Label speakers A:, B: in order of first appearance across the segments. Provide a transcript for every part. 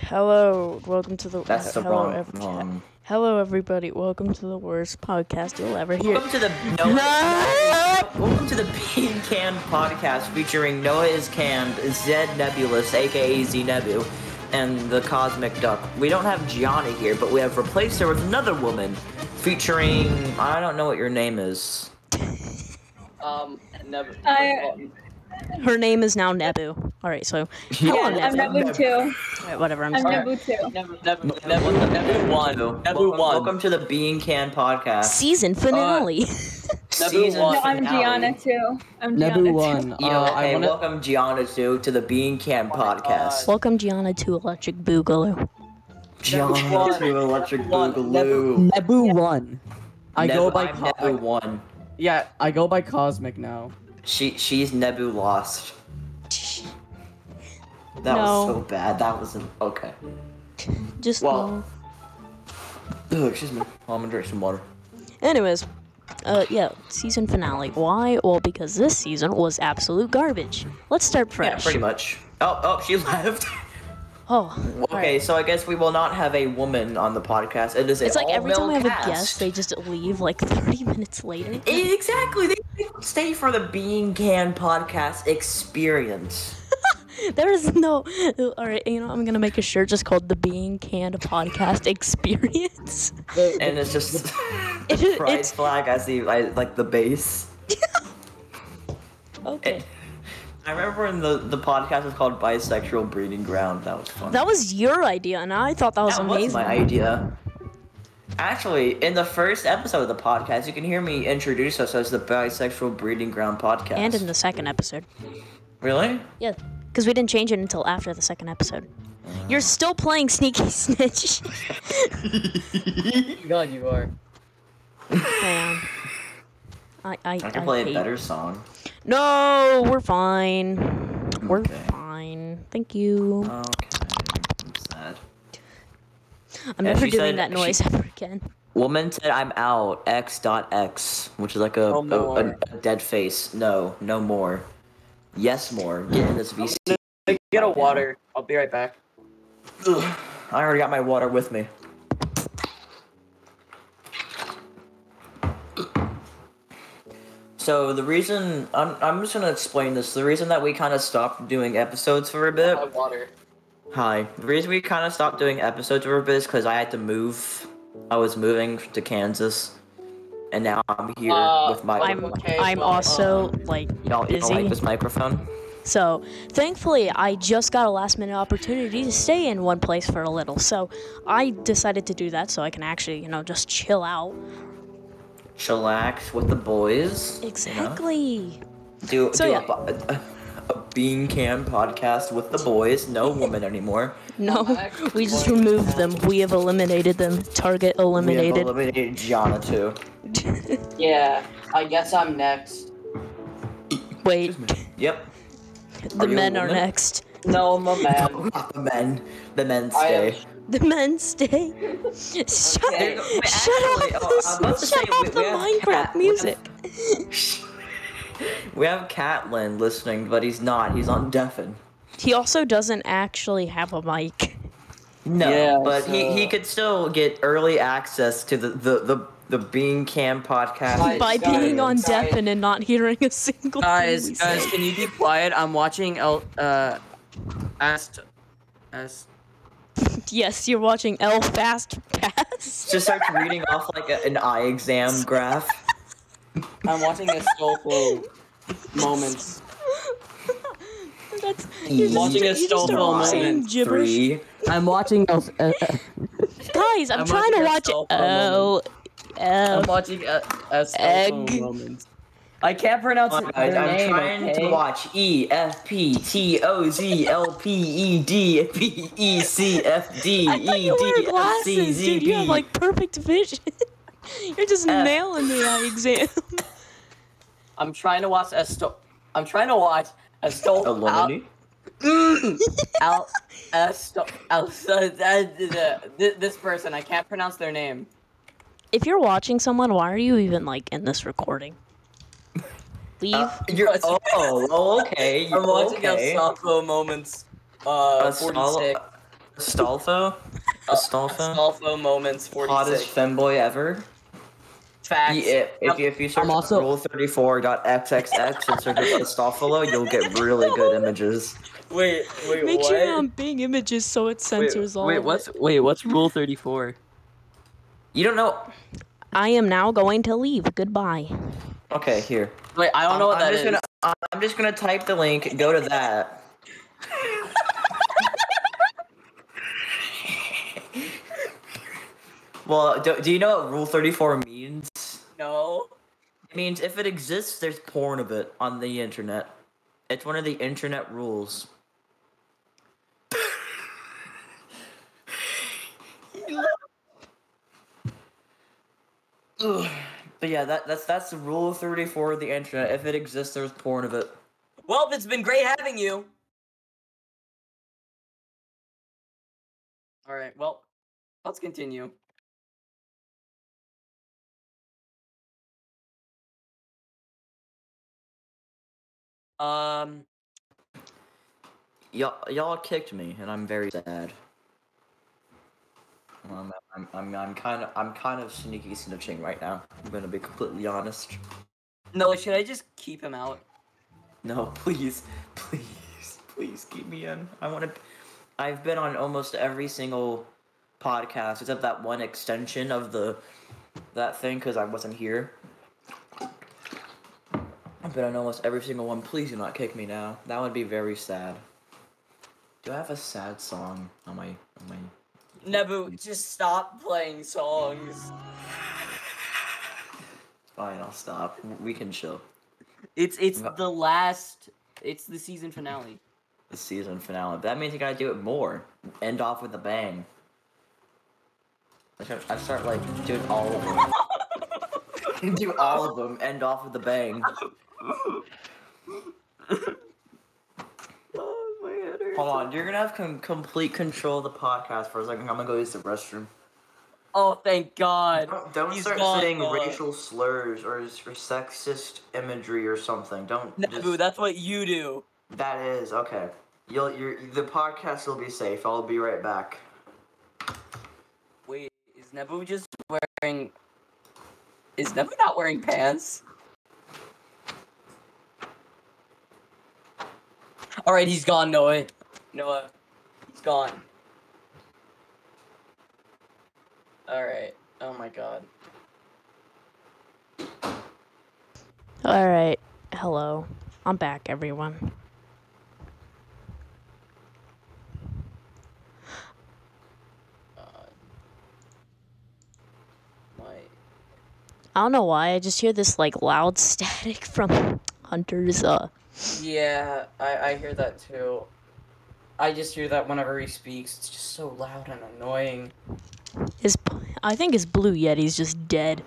A: Hello, welcome to the
B: That's the
A: hello,
B: wrong,
A: ev-
B: wrong.
A: hello everybody, welcome to the worst podcast you'll ever hear.
B: Welcome to the Noah. Welcome to the Being Canned podcast featuring Noah is Canned, Zed Nebulous, aka Z Nebu, and the Cosmic Duck. We don't have Gianna here, but we have replaced her with another woman featuring I don't know what your name is.
C: Um, never.
D: I-
C: um,
A: Her name is now Nebu. All right, so hello
D: Yeah, I'm
A: Nebu.
D: Nebu too.
A: All right, whatever. I'm
D: I'm
A: sorry.
D: Nebu too.
C: never, never, never, never one. Never
E: Welcome-
C: one.
E: Welcome to the Being Can podcast.
A: Season finale.
C: Never
E: season
C: one.
D: No, I'm
E: finale.
D: Gianna too. I'm
C: Never
D: Gianna
C: one.
D: too.
C: Uh,
E: Yo,
C: I
E: hey,
C: want to.
E: welcome Gianna to to the Being Can
C: Oh my
E: podcast.
A: welcome Gianna to Electric Boogaloo.
E: Gianna
C: one.
E: to Electric
C: One.
E: Boogaloo.
F: Nebu one.
C: I go
E: Nebu-
C: by.
E: I'm
C: co- I-
E: Nebu one.
C: yeah, I go by Cosmic now.
E: She she's Nebu lost. That
A: No.
E: was so bad. That wasn't okay.
A: Just
E: Well-
A: know.
E: Ugh, excuse me. I'm gonna drink some water.
A: Anyways, uh, yeah, season finale. Why? Well, because this season was absolute garbage. Let's start
E: Yeah,
A: fresh.
E: pretty much. Oh oh, she left.
A: oh, all
E: okay,
A: right.
E: so I guess we will not have a woman on the podcast. It is an
A: It's like every time I
E: all-male
A: have a
E: cast.
A: guest, they just leave like 30 minutes later.
E: Exactly. They they don't stay for the Being Can podcast experience.
A: There is no. All right, you know, I'm gonna make a shirt just called the Being Canned Podcast Experience.
E: And it's just
A: It-
E: the pride
A: it's-
E: flag as the I, like the base.
A: Okay,
E: I remember when the, the podcast was called Bisexual Breeding Ground. That was fun.
A: that was your idea, and I thought that was
E: That
A: amazing.
E: my idea. Actually, in the first episode of the podcast, you can hear me introduce us as the Bisexual Breeding Ground podcast.
A: and in the second episode,
E: really?
A: yeah, because we didn't change it until after the second episode.
E: Uh.
A: You're still playing sneaky snitch.
C: God, you are.
A: Man, I I,
E: I can play a
A: hate-
E: better song.
A: No, we're fine. We're
E: Okay. Uh,
A: fine. Thank you.
E: Okay. I'm sad.
A: I'm
E: yeah,
A: never
E: she
A: doing
E: said
A: that
E: she-
A: noise ever again.
E: Woman said I'm out. X dot X, which is like a,
C: No
E: a, a,
C: more.
E: a dead face. No, no more. Yes, more. Get in this VC.
C: Get a water. I'll be right back.
E: Ugh, I already got my water with me. So the reason I'm I'm just gonna explain this. The reason that we kind of stopped doing episodes for a bit.
C: Uh, water.
E: Hi. The reason we kind of stopped doing episodes for a bit is because I had to move. I was moving to Kansas, and now I'm here
C: Uh,
E: with my.
A: I'm
C: Okay,
A: I'm
C: well,
A: also
E: uh,
A: like
E: y'all, y'all
A: busy.
E: like this microphone?
A: So, thankfully, I just got a last minute opportunity to stay in one place for a little. So, I decided to do that so I can actually, you know, just chill out.
E: Chillax with the boys. you know?
A: Exactly.
E: Do,
A: So,
E: do
A: yeah.
E: a, po- a, a bean can podcast with the boys. No woman anymore.
A: No, we just removed them. We have eliminated them. Target
E: We have
A: eliminated.
E: eliminated Gianna too.
C: Yeah, I guess I'm next.
A: Wait,
E: Yep.
A: the
E: Are you a
A: men are
E: woman?
A: next.
C: No, I'm a man.
E: Not the men. The men
C: I
E: stay.
C: am-
A: The men stay. Shut,
C: Okay.
A: shut
E: Wait, actually,
A: off,
E: oh,
A: this,
E: I was about to
A: shut
E: say,
A: off
E: we-
A: the
E: we have
A: Minecraft
E: cat- we have-
A: music.
E: We have Catlin listening, but he's not. He's on deafen.
A: He also doesn't actually have a mic.
E: No,
C: Yeah,
E: but he,
C: so-
E: he could still get early access to the the the, the Bean Cam podcast.
C: Like-
A: By
C: Guys,
A: being on
C: guys.
A: deafen and not hearing a single
C: Guys,
A: thing we
C: guys,
A: say.
C: can you be quiet? I'm watching El. Uh, Ast. Ast.
A: Yes, you're watching L Fast Pass.
E: just starts reading off like a, an eye exam graph.
C: I'm watching a soulful moments.
A: That's you're just,
C: Watching
A: you
C: a
A: just
C: stone
A: start
C: moment.
A: saying gibberish.
E: Three.
F: I'm watching. El- uh,
A: Guys, I'm,
C: I'm
A: trying to
C: watching a
A: watch
C: stone for a
A: L L.
C: I'm watching a, a soulful
A: Egg.
C: moments. I can't pronounce it.
E: Guys, I'm
C: name,
E: trying
C: okay?
E: to watch E F P T O Z L P E D P E C F D
A: I thought
E: E
A: you
E: D
A: wear
E: F C
A: glasses,
E: Z
A: dude. You have
E: B.
A: like perfect vision. You're just
E: F.
A: nailing the eye exam.
C: I'm trying to watch a sto- I'm trying to watch a stole
E: Alumni?
C: Al, Al, Sto- Al, so- that- that- that- this person. I can't pronounce their name.
A: If you're watching someone, why are you even like in this recording? Leave.
E: You're oh, oh okay.
C: I'm watching
E: okay.
C: El Sapo moments. Uh,
E: A solo-
C: 46.
E: Astolfo? Astolfo?
C: Astolfo moments
E: Hottest
C: 46.
E: femboy ever.
C: Facts.
E: Yeah, if, if, you, if you search
F: I'm also-
E: rule34.xxx and search up Astolfo, you'll get really good images.
C: Wait, wait,
A: Make
C: what?
A: sure you're on Bing Images so it censors all.
D: wait,
A: of
D: what's
A: it.
D: wait, what's rule thirty four?
E: You don't know.
A: I am now going to leave. Goodbye.
E: Okay, here.
C: Wait, I don't know what
E: I'm
C: that
E: just
C: is.
E: gonna- I'm just gonna type the link, go to that. well, do, do you know what Rule 34 means?
C: No.
E: It means if it exists, there's porn of it on the internet. It's one of the internet rules. Ugh. but yeah, that, that's that's the rule of 34 of the internet. If it exists, there's porn of it.
C: Well, it's been great having you. All right, well, let's continue. Um,
E: Y'all, y'all kicked me, and I'm very sad. Um, I'm, I'm, I'm kind of, I'm kind of sneaky snitching right now. I'm gonna be completely honest.
C: no, should I just keep him out?
E: No, please, please, please keep me in. I want to. I've been on almost every single podcast except that one extension of the that thing because I wasn't here. I've been on almost every single one. Please do not kick me now. That would be very sad. Do I have a sad song on my on my?
C: Nebu, just stop playing songs.
E: Fine, I'll stop. W- We can chill.
C: It's it's
E: Va-
C: the last. It's the season finale.
E: The season finale. That means you gotta do it more. End off with a bang. I start, I start like doing all of them. do all of them. End off with a bang.
C: Oh my head hurts.
E: Hold on, you're gonna have com- complete control of the podcast for a second. I'm gonna go use the restroom.
C: Oh, thank God.
E: Don't, don't
C: He's
E: start
C: gone,
E: saying
C: gone.
E: racial slurs or, s- or sexist imagery or something. Don't.
C: Nebu,
E: just-
C: that's what you do.
E: that is okay. You'll you're, the podcast will be safe. I'll be right back.
C: Wait, is Nebu just wearing? Is Nebu not wearing pants? All right, he's gone, Noah. Noah, he's gone. All right. Oh my God.
A: All right. Hello. I'm back, everyone.
C: Uh, My.
A: I don't know why. I just hear this like loud static from Hunter's. Uh,
C: Yeah, I I hear that too. I just hear that whenever he speaks. It's just so loud and annoying.
A: his I think his blue yeti's just dead.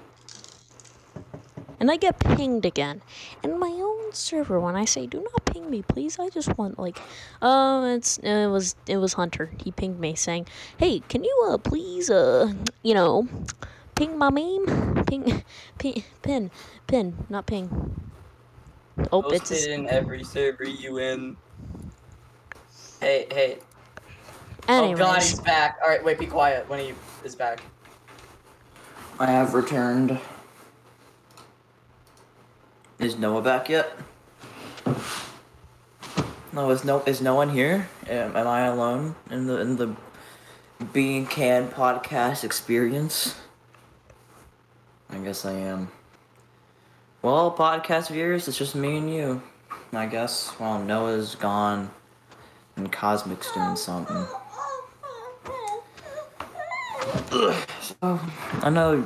A: And I get pinged again. And my own server when I say do not ping me please, I just want like oh it's it was it was Hunter. He pinged me saying, "Hey, can you uh please uh you know, ping my meme? Ping ping pin pin, not ping." Oh, it's
C: Posted
A: his,
C: in every server you in. Hey, hey,
A: anyways.
C: Oh god, he's back. Alright, wait, be quiet when he is back.
E: I have returned. Is Noah back yet? No, is no is no one here? Am, am I alone in the in the being can podcast experience? I guess I am. Well, podcast viewers, it's just me and you. I guess while Noah's gone and Cosmic's doing something. I know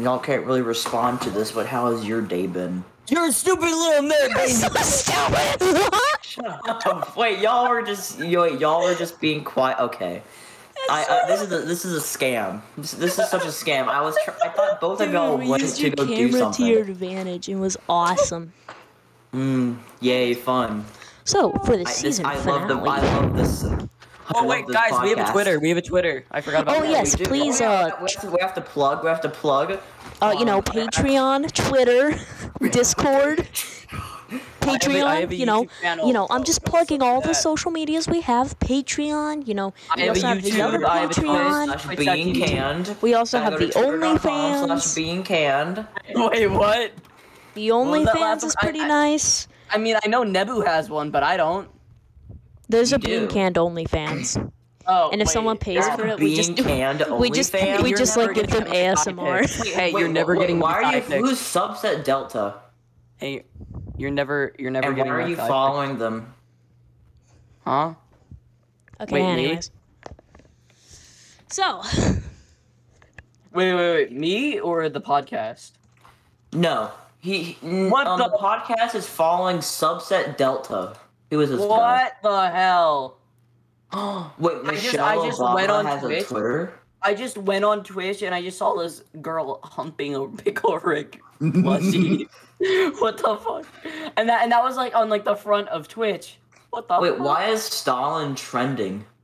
E: y'all can't really respond to this, but how has your day been?
C: You're a stupid little nerd!
A: so stupid.
E: Oh, Wait, y'all were just yo, y'all were just being quiet. Okay, I, I this is a, this is a scam. This, this is such a scam. I was tr- I thought both of y'all
A: Dude, we
E: wanted
A: used
E: to
A: your
E: go do
A: camera to
E: something.
A: your advantage. It was awesome.
E: Mm, yay, fun!
A: So for the
E: I, this,
A: season
E: I love
A: finale.
E: the I love this.
C: Oh wait, guys, we have a Twitter. We have a Twitter. I forgot about
A: Oh,
C: that.
A: yes.
E: We do-
A: please,
E: oh, yeah,
A: uh,
E: we have to- we have to plug. We have to plug.
A: uh, you know,
E: Um,
A: Patreon, Twitter, Discord,
C: I have a-
A: Patreon.
C: I have a
A: you know,
C: YouTube channel,
A: you know, I'm
C: so
A: just
C: don't
A: plugging
C: listen to
A: all the
C: that.
A: social medias we have. Patreon. You know,
C: I
A: we
C: have a
A: also have uh, the
C: YouTube,
A: other
C: I have a Twitter,
A: Patreon.
E: slash
C: Twitch
E: being
C: TV.
E: canned.
A: We also
E: Then
A: have
E: go to
A: the
E: twitter.com slash
A: OnlyFans.
E: being canned.
C: Wait, what?
A: The
C: was that
A: OnlyFans
C: last one?
A: is
C: I-
A: pretty
C: I-
A: nice.
C: I mean, I know Nebu has one, but I don't.
A: There's a
E: you
A: bean
E: do.
A: canned OnlyFans,
C: Oh,
A: and if someone
C: wait,
A: pays
C: you're-
A: for it, we
E: Being
A: just
E: canned
A: we just
E: OnlyFans?
A: we
C: You're
A: just
C: never
A: like give them
C: getting my side pics.
A: ASMR.
C: Wait, hey, you're
E: Wait,
C: never
E: wait,
C: getting
E: Why
C: my
E: are you?
C: side pics.
E: Who's subset Delta?
C: Hey, you're never, you're never
E: And why
C: getting my
E: are you
C: side pics.
E: following them?
C: Huh?
A: Okay,
C: Wait, me?
A: anyways. So,
C: Wait, wait, wait. Me or the podcast?
E: No. He n-
C: What
E: um,
C: the-
E: the podcast is following subset Delta. Who is this? guy?
C: What the hell?
E: Wait,
C: I just-
E: Michelle
C: I just
E: Obama
C: went on
E: has a
C: Twitch.
E: Twitter.
C: I just went on Twitch and I just saw this girl humping a pickle Rick plushie. what the fuck? And that and that was like on like the front of Twitch. What the
E: Wait,
C: fuck?
E: why is Stalin trending?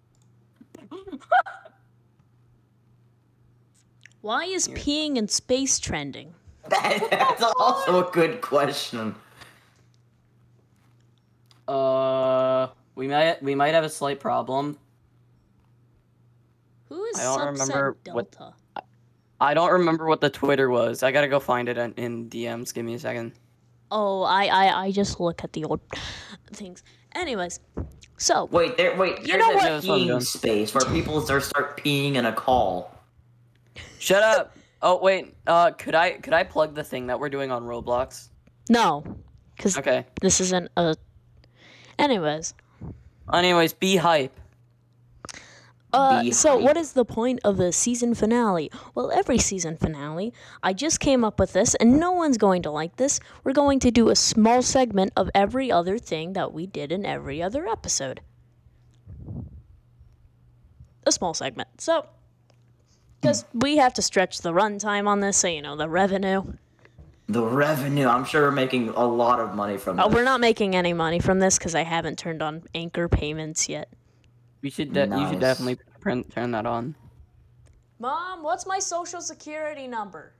A: why is peeing in space trending?
E: That- that's also a good question.
C: Uh, we might we might have a slight problem.
A: Who is
C: I don't
A: subset
C: remember
A: Delta?
C: what- I don't remember what the Twitter was. I gotta go find it in, in DMs. Give me a second.
A: Oh, I, I I just look at the old things. Anyways, so
E: Wait, there. Wait,
A: You
E: there's
A: know
E: a
A: what-
C: Yeah, that's what I'm doing.
E: peeing space where people there start peeing in a call.
C: Shut up. Oh wait. Uh, could I could I plug the thing that we're doing on Roblox?
A: no, because
C: Okay.
A: this isn't a. Anyways,
C: Anyways, be hype.
A: uh,
E: Be
A: so
E: hype.
A: what is the point of the season finale? Well, every season finale, I just came up with this, and no one's going to like this. We're going to do a small segment of every other thing that we did in every other episode. A small segment. So, because we have to stretch the runtime on this, so you know the revenue.
E: The revenue. I'm sure we're making a lot of money from
A: Uh,
E: that.
A: we're not making any money from this because I haven't turned on anchor payments yet.
C: You should de- you
E: Nice.
C: should definitely print, turn that on.
A: Mom, what's my social security number?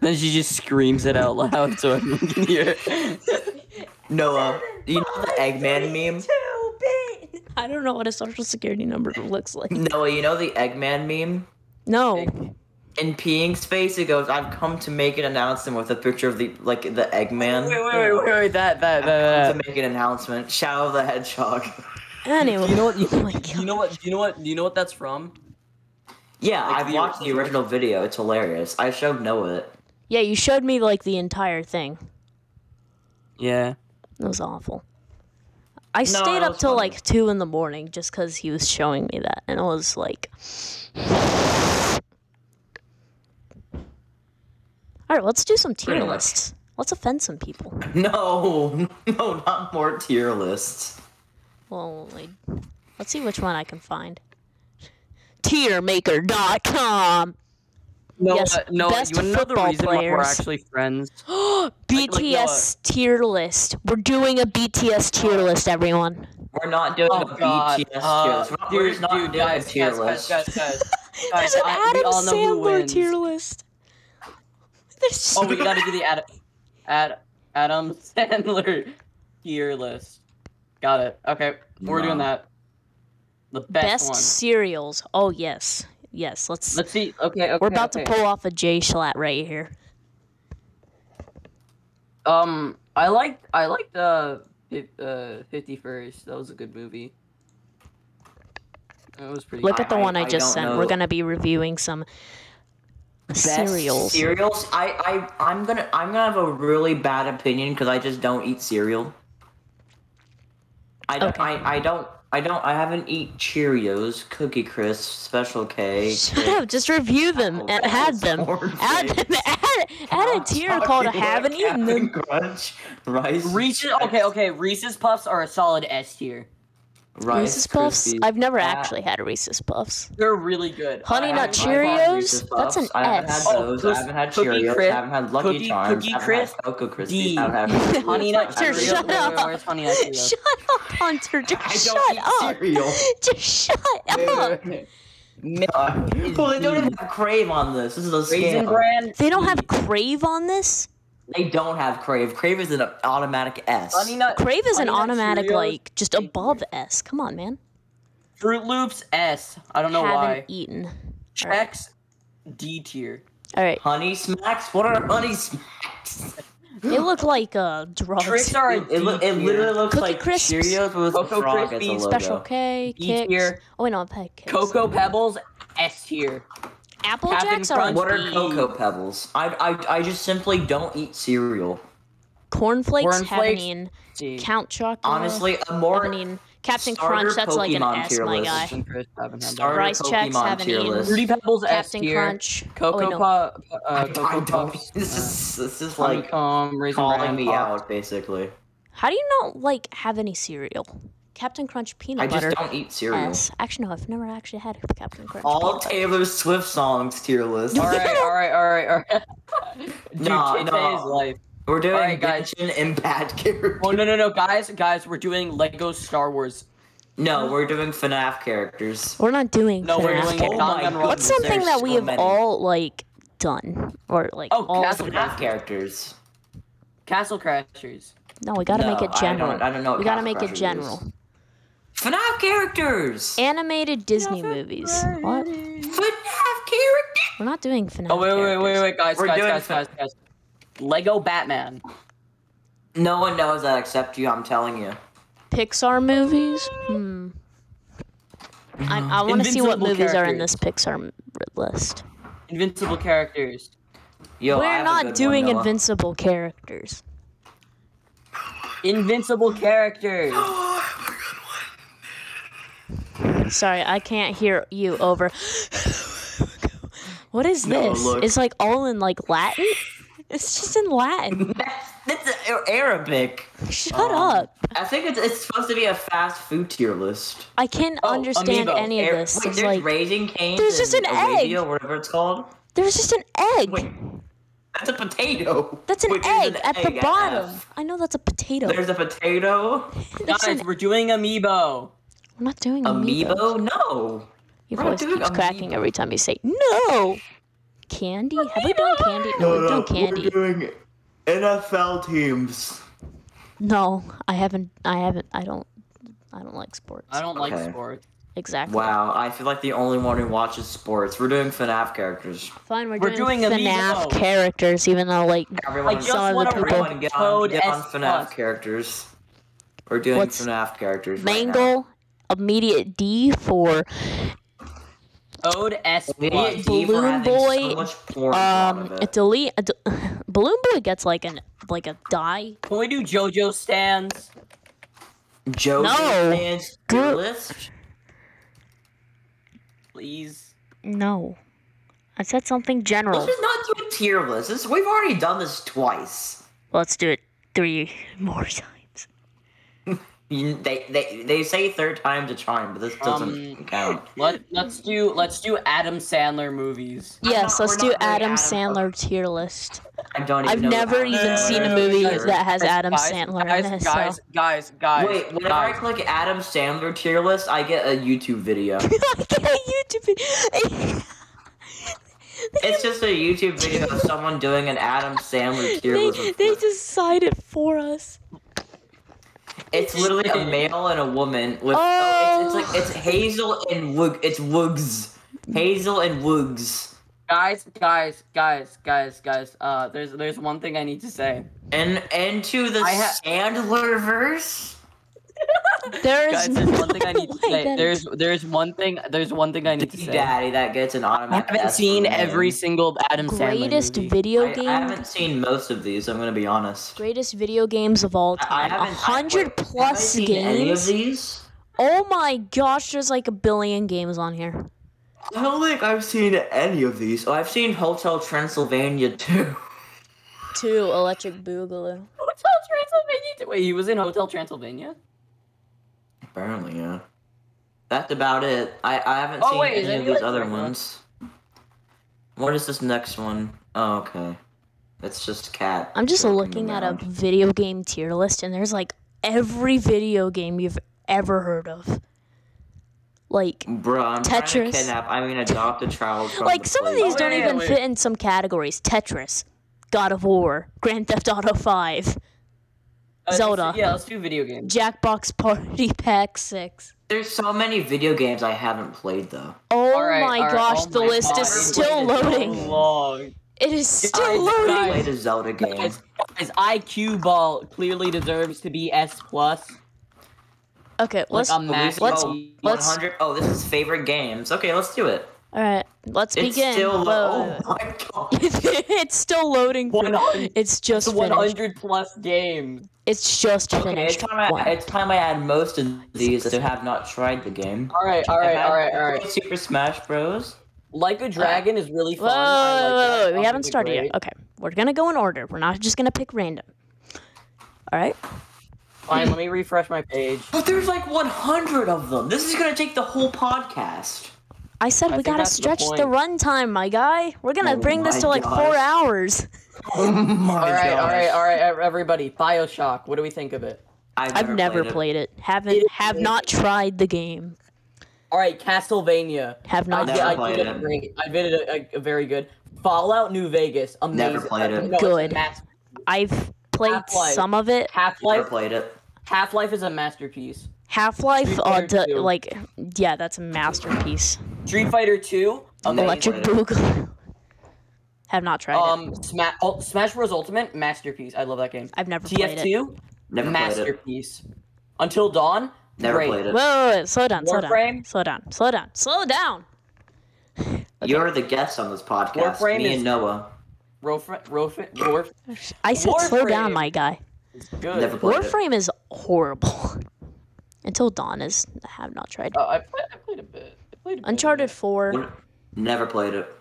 C: Then she just screams it out loud so everyone can hear.
E: Noah, you know the Eggman meme.
A: I don't know what a social security number looks like.
E: Noah, you know the Eggman meme.
A: No.
E: In peeing space, it goes. I've come to make an announcement with a picture of the like the Eggman.
C: Wait, wait, wait, wait, wait, that, that,
E: to
C: that,
E: make an announcement. Shadow the Hedgehog.
A: Anyway. You know what? oh my
C: that. You
A: God.
C: know what? You know what? You know what that's from?
E: Yeah, I've
C: the
E: watched the original video. It's hilarious. I showed Noah it.
A: Yeah, you showed me like the entire thing.
C: Yeah.
A: It was awful. I stayed
E: it
A: up
E: was
A: till
E: funny.
A: like two in the morning just because he was showing me that, and I was like, "All right, let's do some tier
E: Pretty much.
A: lists. Let's offend some people."
E: No, no, not more tier lists.
A: Well, like, let's see which one I can find. Tiermaker.com.
C: No,
A: Yes,
C: uh, no.
A: best
C: you wanna know the
A: football
C: reason why we're
A: players.
C: actually friends?
A: BTS
C: like
A: tier list. We're doing a BTS tier list, everyone.
E: We're not doing
C: Oh
E: a
C: God!
E: BTS
C: Uh,
E: tier list. We're not- we're
C: dude,
E: just not
C: dude,
E: doing
C: guys,
E: a tier
C: guys,
E: list.
C: guys, guys, guys.
A: There's
C: Guys,
A: an
C: I- Uh, we
A: Adam
C: all know who
A: Sandler
C: wins.
A: tier list. There's
C: Oh, we gotta do the Adam, Ad, Adam Sandler tier list. Got it. Okay, we're
E: No.
C: doing that. The best,
A: best
C: one.
A: cereals. Oh yes, yes. Let's.
C: Let's see. Okay, okay.
A: we're about
C: okay.
A: to pull off a J Schlatt right here.
C: Um, I liked I liked uh, fif- uh Fifty First. That was a good movie. That was pretty.
A: Look
E: I-
A: at the
E: I-
A: one I,
E: I
A: just
E: don't
A: sent.
E: know.
A: We're gonna be reviewing some
E: Best
A: cereals.
E: Cereals. I, I, I'm gonna, I'm gonna have a really bad opinion because I just don't eat cereal. I don't,
A: Okay.
E: I, I don't, I don't, I haven't eat Cheerios, Cookie Crisp, Special K.
A: Shut up! Just review them
E: Oh,
A: and
E: that's
A: add them.
E: horrible.
A: Add them. Add, add a tier called "Haven't Eaten Them."
E: Crunch, Rice,
C: Reese's. Okay, okay. Reese's Puffs are a solid S tier.
E: Rice
A: Reese's Puffs.
E: Krispies.
A: I've never actually had a Reese's Puffs.
C: They're really good.
A: Honey
C: I-
A: Nut
C: I-
A: Cheerio-
E: I've had Reese's
A: Cheerios? That's an
E: Puffs. I haven't
A: S.
E: had those.
C: Oh,
E: I haven't had
C: Cookie
E: Cheerios.
C: Crisp-
E: I haven't had Lucky
C: Cookie-
E: Charms.
C: Cookie
E: I haven't
C: Crisp
E: had Cocoa Krispies.
C: D.
E: I haven't had
C: Honey Nut
A: Cheerios.
E: Cheerios. I
C: Cheerios.
A: shut
C: Wait, wait,
A: up.
C: Where's Honey Nut Cheerios?
A: Shut up, Hunter. Just
E: I
A: shut
E: don't
A: up.
E: eat cereal.
A: Just shut up.
E: well, they don't even have Crave on this. This is a
C: Raisin
E: scam.
C: Bran.
A: They don't have Crave on this.
E: They don't have Crave. Crave is an automatic S.
C: Bunny nut.
A: Crave is an
C: Bunny Nut
A: automatic,
C: Cheerios,
A: like, just above S. Come on, man.
C: Fruit Loops S. I don't know
A: Haven't
C: why.
A: eaten.
C: Chex D tier.
A: All right.
E: Honey smacks? What are honey smacks?
A: They look like uh, drugs.
C: Tricks are a D
E: It, lo- it
C: tier.
E: literally looks
A: Cookie
E: like
A: Crisps.
E: Cheerios with
C: Cocoa
E: a frog as a
C: Krispies.
E: logo.
A: Special K,
C: E
A: kicks.
C: tier.
A: Oh wait, no, I've had kicks.
C: Cocoa Pebbles S tier.
A: Apple
C: Captain
A: Jacks are
C: Crunch.
A: on
E: What are
A: B.
E: Cocoa Pebbles? I, I, I just simply don't eat cereal.
A: Oh. cornflakes?
C: Cornflakes.
A: Haven't eaten.
C: See.
A: Count chocolate.
E: Honestly, a more
A: haven't eaten. Captain
E: starter
A: Crunch. That's like an
E: Pokemon
A: S,
E: tier
A: my
E: list.
A: guy.
E: starter
A: Rice
E: Pokemon
A: Chex haven't
E: tier
A: eaten.
E: list.
C: Fruity Pebbles S
A: Captain
C: tier.
A: Crunch. oh, wait,
C: Cocoa
A: no.
C: Puff. Uh,
E: I
C: Cocoa
E: don't.
C: Puffs.
E: This is this is like
C: Like, um, raisin
E: calling
C: Bran
E: me
C: Puffs.
E: out, basically.
A: How do you not like have any cereal? Captain Crunch peanut
E: I
A: butter.
E: just don't eat cereal.
A: S. Actually, no, I've never actually had Captain Crunch.
E: All
A: peanut butter.
E: Taylor Swift songs tier list.
C: All right, all right, all right, all right. Dude,
E: Nah,
C: it's
E: nah.
C: his life.
E: We're doing
C: Alright, guys.
E: mention and bad character.
C: Oh no, no, no, guys, guys, we're doing Lego Star Wars.
E: No, we're doing FNAF characters.
A: We're not doing.
C: No, we're
A: FNAF characters.
E: Oh
C: doing
E: my
C: Danganronpa.
E: God.
A: What's something
E: There's
A: that we
E: so
A: have
E: many.
A: all like done or like
C: Oh,
A: all?
C: Castle
E: FNAF characters.
C: Castle Crashers.
A: No, we gotta
E: No,
A: make it
E: I
A: general.
E: don't- I don't know what
A: we gotta
E: Castle
A: make
E: Crashers
A: it
E: is.
A: general.
E: FNAF characters.
A: Animated Disney movies. What?
E: FNAF characters.
A: We're not doing FNAF.
C: Oh wait, wait, wait, wait, guys,
E: We're
C: guys,
E: doing
C: guys, guys, guys. Lego Batman.
E: No one knows that except you. I'm telling you.
A: Pixar movies. Hmm. I, I want to see what
C: Invincible
A: movies are in this Pixar m- list.
C: Invincible characters.
E: Yo, Oh, I
A: We're
E: have a good
A: not
E: one,
A: doing
E: Noah.
A: invincible characters.
C: Invincible characters.
A: Sorry, I can't hear you over. what is
E: No,
A: this?
E: look.
A: It's like all in like Latin. It's just in Latin.
E: That's uh, Arabic.
A: Shut
E: Um,
A: up.
E: I think it's, it's supposed to be a fast food tier list.
A: I can't
C: oh,
A: understand
C: Amiibo.
A: any of
E: Air-
A: this.
E: Wait,
A: It's
E: there's
A: like
E: raising canes.
A: There's just
E: and
A: an
E: Arabia,
A: egg.
E: whatever it's called.
A: there's just an egg.
E: Wait, that's a potato.
A: That's an
E: Which is
A: egg at
E: egg
A: the bottom.
E: F.
A: I know that's a potato.
E: There's a potato.
A: That's
C: guys,
A: an-
C: we're doing Amiibo.
A: we're not doing amiibo.
E: Amiibo? No.
A: Your
E: We're not
A: voice
E: doing
A: keeps cracking
E: Amiibo.
A: every time you say no. Candy? Have we done candy? No, we've done candy.
E: doing NFL teams.
A: No, I haven't. I haven't. I don't. I don't like sports.
C: I don't like
E: Okay.
C: sports.
A: exactly.
E: Wow, I feel like the only one who watches sports. We're doing FNAF characters.
A: Fine, we're,
C: We're
A: doing,
C: doing
A: FNAF
C: Amiibo.
A: characters, even though like
E: Everyone,
C: I just
A: Some of the
C: want to
A: people-
E: everyone
C: rip
E: get on,
C: Toad
E: get on
C: S
E: FNAF
C: plus.
E: characters. We're doing
A: What's-
E: FNAF characters. right now.
A: Mangle, immediate D for
C: Toad S
E: Idiot
C: plus.
E: D for
A: Balloon
E: having
A: Boy,
E: So much porn
A: um
E: um, it.
A: delete. a d- Balloon Boy gets like an like a die.
C: Can we do JoJo stands?
E: Joe
A: No.
E: stands tier
A: Gr-
E: list.
C: Please.
A: No, I said something general.
E: Let's just not do a tier list. This, we've already done this twice.
A: Let's do it three more times.
E: You- They they they say third time's a charm, but this doesn't
C: Um,
E: count.
C: Let let's do let's do Adam Sandler movies.
A: Yes,
E: not-
A: let's do
E: we're not doing
A: Adam
E: Adam-
A: Sandler tier list.
E: I don't even
A: I've
E: know
A: never
E: Adam
A: even
E: Sandler
A: seen a
E: is.
A: movie
C: Sure.
A: that has Adam
C: Guys,
A: Sandler
C: guys,
A: in it.
C: Guys,
A: so.
C: guys, guys.
E: Wait, whenever I
C: guys.
E: click Adam Sandler tier list, I get a YouTube video.
A: I can't YouTube
E: it's just a YouTube video of someone doing an Adam Sandler tier list.
A: it.
E: with-
A: They, they decide it for us.
E: it's literally a male and a woman with.
A: Oh.
E: Oh. it's, it's like it's Hazel and Wug. It's Wugs. Hazel and Wugs.
C: guys, guys, guys, guys, guys. Uh, there's there's one thing I need to say.
E: And and to the
C: I ha-
E: Sandler verse.
A: There is
C: Guys, there's one thing I need to
A: no way
C: say.
A: that-
C: There's there's one thing there's one thing I need to say.
E: Daddy, that gets an
C: I
E: automatic.
C: haven't
E: S for
C: seen
E: me.
C: every single Adam Sandler
A: greatest
C: movie.
A: video
E: I, I
A: game.
E: haven't seen most of these. I'm gonna be honest.
A: Greatest video games of all
E: I
A: time. A
E: haven't. I- wait,
A: hundred
E: have I
A: plus
E: seen Any of
A: games.
E: these?
A: Oh my gosh, there's like a billion games on here.
E: I don't think I've seen any of these. Oh, I've seen Hotel Transylvania too.
A: Two Electric Boogaloo.
C: Hotel Transylvania. too. Wait, he was in Hotel Transylvania.
E: Apparently, yeah. That's about it. I, I haven't
C: Oh,
E: seen
C: wait, is
E: any of
C: any
E: these
C: other
E: other
C: one?
E: ones. What is this next one? Oh, okay. It's just cat.
A: I'm just
E: jerking
A: looking at a
E: around.
A: video game tier list, and there's like every video game you've ever heard of. Like,
E: Bruh, I'm trying to
A: Tetris.
E: kidnap. I mean, adopt a child. From
A: like
E: the
A: some of
E: place.
A: these
C: wait,
A: don't
C: wait,
A: even
C: wait.
A: fit in some categories. Tetris, God of War, Grand Theft Auto 5,
C: Uh, let's-
A: Zelda.
C: Yeah, let's do video games.
A: Jackbox Party Pack 6.
E: There's so many video games I haven't played though.
A: Oh
C: All right,
A: my
C: all right,
A: gosh,
C: oh
A: the
C: my
A: list
C: God,
A: is
C: we've
A: still
C: waited so
A: loading.
C: long.
A: It is
E: I
A: still
E: haven't
A: loading.
E: played a Zelda game.
C: Guys, guys, IQ ball clearly deserves to be S plus.
A: Okay, let's.
C: Like a
A: All
C: max.
A: let's- let's-
E: 100 Oh, this is favorite games. Okay, let's do it.
A: right, let's
E: It's
A: begin.
E: still
A: Whoa.
E: low. Oh my god.
A: it's still loading. for-
C: 100
A: It's just
C: one
A: finished.
C: hundred plus games.
A: It's just
E: Okay, it's
A: finished.
E: time
A: One.
E: I, it's time I add most of these that have not tried the game.
C: All right, all right,
E: I've had
C: all right, all right.
E: Super Smash Bros.
C: Like a Dragon is really
A: Whoa,
C: fun. I like
A: whoa,
C: that.
A: whoa,
C: I
A: whoa, we
C: think
A: haven't
C: it's
A: started
C: great.
A: yet. Okay, we're gonna go in order. We're not just gonna pick random. All right.
C: Fine, let me refresh my page.
E: But there's like 100 of them. This is gonna take the whole podcast.
A: I said we
C: think
A: gotta
C: that's the
A: stretch the,
C: point.
A: runtime, my guy. We're gonna
E: Oh
A: bring this
E: my
A: to like four
E: gosh.
A: hours.
E: Oh my
C: All right, all right, all right, ev- everybody. Bioshock. What do we think of it?
A: I've never played it. Haven't
C: It-
A: have not tried the game.
C: All right, Castlevania.
A: Have not.
E: never
C: yeah, I
E: played
C: did
E: it.
C: it. Great. I did it a, a, a very good. Fallout New Vegas. Amazing.
E: Never played it.
A: Good. I've played
C: Half-Life.
A: some of it.
C: Half
E: Never
C: Life.
E: played it.
C: Half Life is a masterpiece.
A: Half Life,
C: Street
A: uh,
C: Fighter
A: d-
C: two.
A: like yeah, that's a masterpiece.
C: Street Fighter Two.
E: Never
A: Electric
E: played it.
A: Boogaloo. have not tried it.
C: Um, Sma- oh, Smash Bros. Ultimate masterpiece. I love that game.
A: I've never played it.
C: TF2
E: Never played it.
C: masterpiece. Until Dawn.
E: Never
C: great.
E: played
A: Whoa,
E: it.
A: whoa, whoa, slow down, slow down,
C: Warframe?
A: slow down, slow down, slow down.
E: You're the guest on this podcast.
C: Warframe
E: Me
C: is-
E: and Noah.
C: Warframe. Warframe. Warf-
A: I said slow
C: Warframe.
A: down, my guy.
C: Good.
E: Never played it.
A: Warframe is horrible. Until Dawn is I have not tried.
C: Uh, I, played, I played a bit. I played a bit of
A: Uncharted
C: it.
A: 4,
E: Never played it.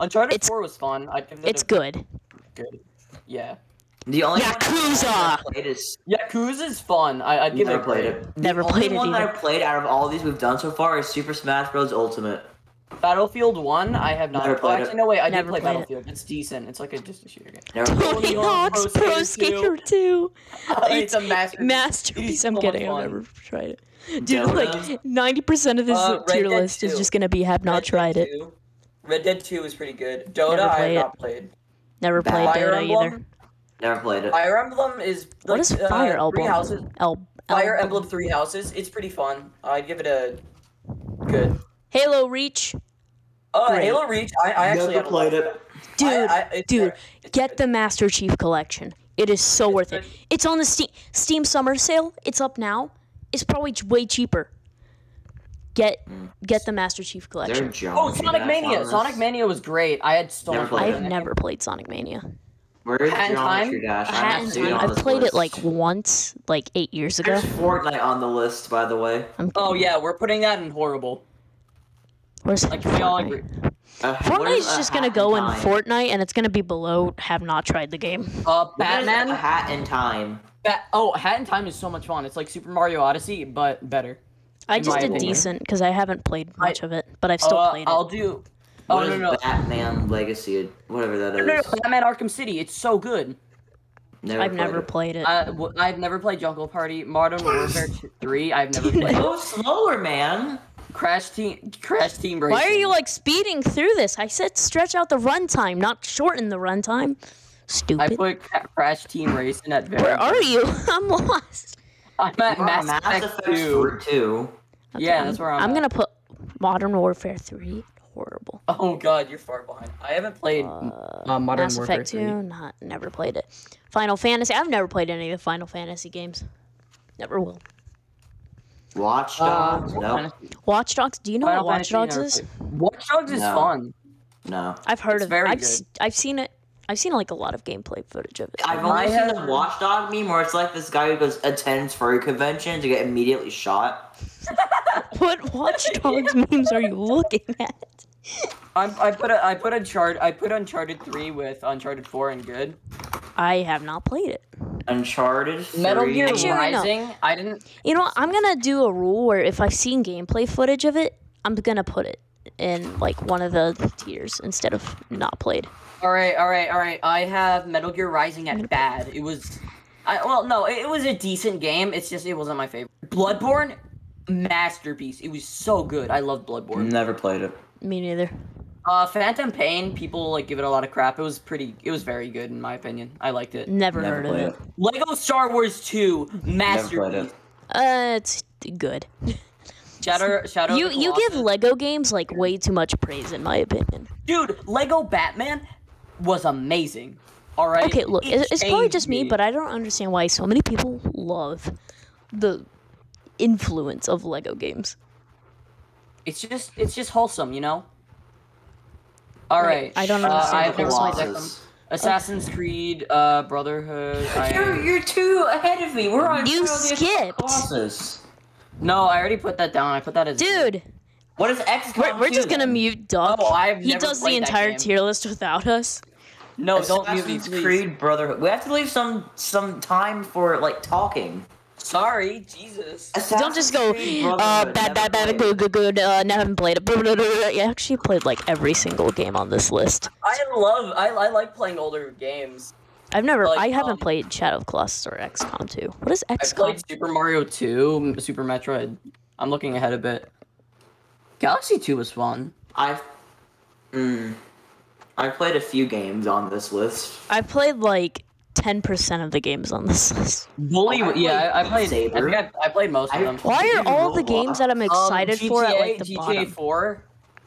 C: Uncharted
A: It's-
C: 4 was fun. I'd give that
A: it's
C: a
A: good.
C: good. Yeah.
E: The only one
A: Yakuza!
E: I played is
C: Yakuza's fun. I, I'd give
E: never
C: it. a
E: played
C: grade.
E: it.
A: Never
E: the
A: played it
E: only one that
A: either.
E: I've played out of all these we've done so far is Super Smash Bros. Ultimate.
C: Battlefield 1, I have not.
E: Never
C: oh,
E: played
C: actually,
E: it.
C: no, wait. I
A: Never
C: did play
A: played it.
C: Battlefield. It's decent. It's like a just a shooter game.
E: Never played
A: Tony
C: Tony Hawk
A: Hawk's
C: Pro
A: Pro Skater
C: Skater
A: 2.
C: it's a masterpiece.
A: masterpiece.
C: It's
A: I'm
C: so
A: kidding.
C: much
A: I've
C: fun.
A: never tried it. Dude,
E: Zelda?
A: like 90% of this
C: Uh, Red
A: tier
C: Dead
A: list is
C: 2.
A: just gonna be have not tried it.
C: Red Dead 2 is pretty good. Dota,
A: Never
C: I
A: played
C: have
A: it.
C: not played.
A: Never played
C: Fire
A: Dota
C: Emblem?
A: either.
E: Never played it.
C: Fire Emblem is. Like,
A: What is
C: uh,
A: Fire
C: Three
A: Emblem?
C: houses.
A: El-
C: Fire
A: El-
C: Emblem Three Houses. It's pretty fun. I'd give it a good.
A: Halo Reach.
C: Oh,
A: Great.
C: Halo Reach. I, I actually
E: Never
C: had a lot
E: played
C: of
E: it.
A: Dude,
C: I- I- it's
A: dude,
C: good. It's
A: get
C: good.
A: the Master Chief Collection. It is so worth it. It's on the Steam Steam Summer Sale. It's up now. It's probably ch- way cheaper. Get get the Master Chief
E: They're
A: Collection.
E: Jones.
C: Oh, Sonic Mania! Sonic Mania was great. I had so
E: Never
C: much
E: played
C: fun.
E: it.
A: I've never played Sonic Mania.
E: Where's
C: Hat in
E: Geometry
C: Time?
E: Dash? I
A: Hat
E: have to
A: in
E: see it
A: Time.
E: on
A: I've
E: this
A: played it like
E: list.
A: once, like eight years ago.
E: There's Fortnite on the list, by the way.
C: Oh yeah, we're putting that in horrible.
A: Where's
C: Like we all agree.
E: Uh, what is
A: Fortnite's
E: a
A: just gonna
E: hat
A: go in
E: in time?
A: Fortnite, and it's gonna be below. Have not tried the game.
C: Uh,
E: What is a
C: Batman.
E: hat in time.
C: Ba- oh, Hat in Time is so much fun. It's like Super Mario Odyssey, but better.
A: I just
C: my
A: did
C: opinion.
A: decent because I haven't played much of it, but I've still
C: uh,
A: played it.
C: I'll do. Oh
E: What is
C: no no.
E: Batman Legacy, whatever that is.
C: No, no, no, Batman Arkham City. It's so good.
E: Never
A: I've
E: played
A: never
E: it.
A: played it.
C: I, w- I've never played Jungle Party. Modern Warfare 3. I've never played.
E: Go slower, man.
C: Crash Team. Crash Team Racing.
A: Why are you like speeding through this? I said stretch out the runtime, not shorten the runtime.
C: I
A: Stupid.
C: put Ca- Crash Team Racing at very.
A: Where are you? I'm lost.
C: I'm at
E: You're on
C: Mass,
E: Mass
C: Effect
E: Effect
C: 2.
E: 2.
C: Yeah, that's where I'm.
A: I'm
C: at.
A: gonna put Modern Warfare 3. Horrible.
C: Oh god, you're far behind. I haven't played uh, Modern
A: Mass
C: Warfare
A: Effect
C: 3.
A: 2. Not never played it. Final Fantasy. I've never played any of the Final Fantasy games. Never will.
E: Watch
C: Uh,
E: Dogs? no,
A: Watch Dogs. Do you know
C: Final
A: what Watch
C: Fantasy
A: Dogs
C: never
A: is?
C: played. Watch Dogs is
E: No.
C: fun.
E: no.
A: I've heard
C: It's
A: of
C: very
A: it. I've,
C: good.
A: s- I've seen it. I've seen like a lot of gameplay footage of it.
E: I've only
C: I
E: seen
C: have-
E: the watchdog meme where it's like this guy who goes attends furry convention to get immediately shot.
A: what Watch Dogs memes are you looking at?
C: I'm, I put a, I put Uncharted I put Uncharted 3 with Uncharted 4 and good.
A: I have not played it.
E: Uncharted.
C: Metal
E: 3.
C: Gear
A: Actually, no.
C: Rising. I didn't.
A: You know, what? I'm gonna do a rule where if I've seen gameplay footage of it, I'm gonna put it in like one of the tiers instead of not played.
C: All right, all right, all right. I have Metal Gear Rising at bad. It was, I well no, it, it was a decent game. It's just it wasn't my favorite. Bloodborne,
A: Mm.
C: masterpiece. It was so good. I love Bloodborne.
E: Never played it.
A: Me neither.
C: Uh, Phantom Pain, people like give it a lot of crap. It was pretty. It was very good in my opinion. I liked it.
A: Never,
G: Never
A: heard of
G: played
A: it.
G: it.
C: Lego Star Wars 2
G: played it.
C: masterpiece.
A: Uh, it's good.
C: Shadow, Shadow. of
A: You
C: the
A: you give
C: Colossus.
A: Lego games like way too much praise in my opinion.
C: dude Lego Batman was amazing. All right.
A: Okay, look, it, it's probably
C: changed
A: just me, but I don't understand why so many people love the influence of Lego games.
C: it's just it's just wholesome, you know. All right.
A: Right, I don't
C: uh,
A: understand
C: I
A: the
C: have never
A: wholesome.
C: played them. Assassin's Creed, uh, Brotherhood.
E: You're,
C: I...
E: you're too ahead of me. We're on
A: You
E: Shadow of the
A: skipped.
E: Colossus.
C: No, I already put that down. I put that as
A: Dude,
E: What is XCOM?
A: we're, we're
E: 2
A: just gonna
E: then?
A: mute Doug.
C: Oh, I've
A: he
C: never
A: does the
C: played that
A: entire
C: game.
A: tier list without us.
C: No, don't mute me,
E: Assassin's
C: please.
E: Creed Brotherhood. We have to leave some some time for like talking.
C: Sorry, Jesus.
A: Don't just go,
E: Assassin's Creed
A: uh,
E: Brotherhood,
A: bad,
E: never
A: bad, bad,
E: played.
A: good, good, good, uh, never haven't played it. I actually played like every single game on this list.
C: I love. I, I like playing older games.
A: I've never,
C: Like,
A: I haven't
C: um,
A: played Shadow of the Colossus or XCOM 2. What is
C: I
A: XCOM?
C: played Super Mario 2, M- Super Metroid. I'm looking ahead a bit. Galaxy 2 was fun.
E: I've mm, I played a few games on this list.
A: I played like 10% of the games on this list.
C: Bully,
A: Oh,
E: I
C: yeah, I, I played.
E: played
C: I, think I, I played most of
E: I
C: them. Um,
E: played
A: Why are
E: Dude, um,
A: all the
E: Roblox.
A: games that I'm excited for at like the
C: GTA
A: bottom?
C: 4.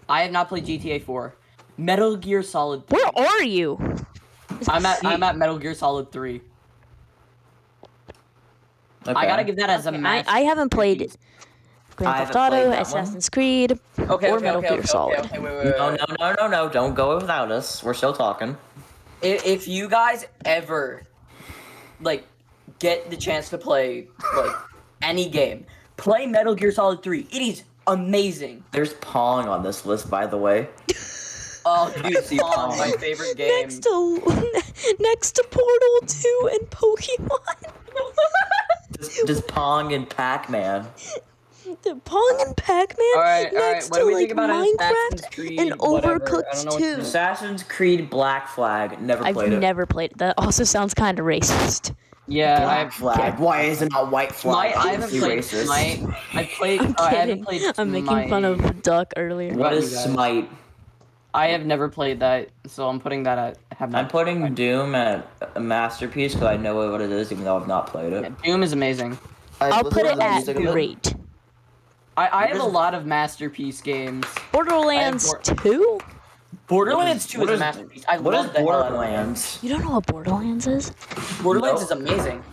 C: I have not played GTA 4. Metal Gear Solid. 3.
A: Where are you?
C: I'm at. I'm at Metal Gear Solid 3. I gotta give that as a
A: I,
C: match.
A: I haven't played
E: I
A: Grand Theft
E: haven't played
A: Auto,
E: that one.
A: Assassin's Creed,
C: okay,
A: or
C: okay,
A: Metal
C: okay,
A: Gear
C: okay,
A: Solid.
C: Okay, okay, wait, wait, wait,
E: No,
C: wait.
E: no, no, no, no! Don't go without us. We're still talking.
C: if, if you guys ever like get the chance to play like any game, play Metal Gear Solid 3. It is amazing.
E: There's Pong on this list, by the way.
C: Oh, dude,
E: see
C: Pong,
E: Pong.
C: my favorite game.
A: Next to next to Portal 2 and Pokemon.
E: Just, just Pong and Pac-Man.
A: The Pong and Pac-Man
C: All right, all right,
A: next
C: what do we
A: to
C: think
A: like
C: about an Assassin's
A: Minecraft
C: Creed,
A: and
C: whatever, I don't know
A: Overcooked
C: what to
A: 2.
E: Assassin's Creed Black Flag. Never
A: I've
E: played
A: never played it. That also sounds kind of racist.
C: yeah,
E: it.
C: I have
E: Flag. Why is it not White
C: my,
E: Flag?
C: I haven't
E: You
C: played
E: racist.
C: Smite. I played.
A: I'm
C: uh, I haven't
A: kidding.
C: played.
A: I'm making fun
C: Smite.
A: of Duck earlier.
E: What
C: What
E: is
C: you guys-
E: Smite?
C: I have never played that, so I'm putting that at. Have not
E: I'm putting Doom at a masterpiece because I know what it is, even though I've not played it.
C: Doom is amazing.
A: I'll put it at
E: music of it.
A: great.
C: I, I have a lot of masterpiece games.
A: Borderlands
C: more-
A: 2?
C: Borderlands 2
E: What
C: is a
E: is-
C: masterpiece. I
E: What
C: love
E: is
C: the hell out of it.
E: Borderlands?
A: You don't know what Borderlands is?
C: Borderlands
E: No.
C: is amazing.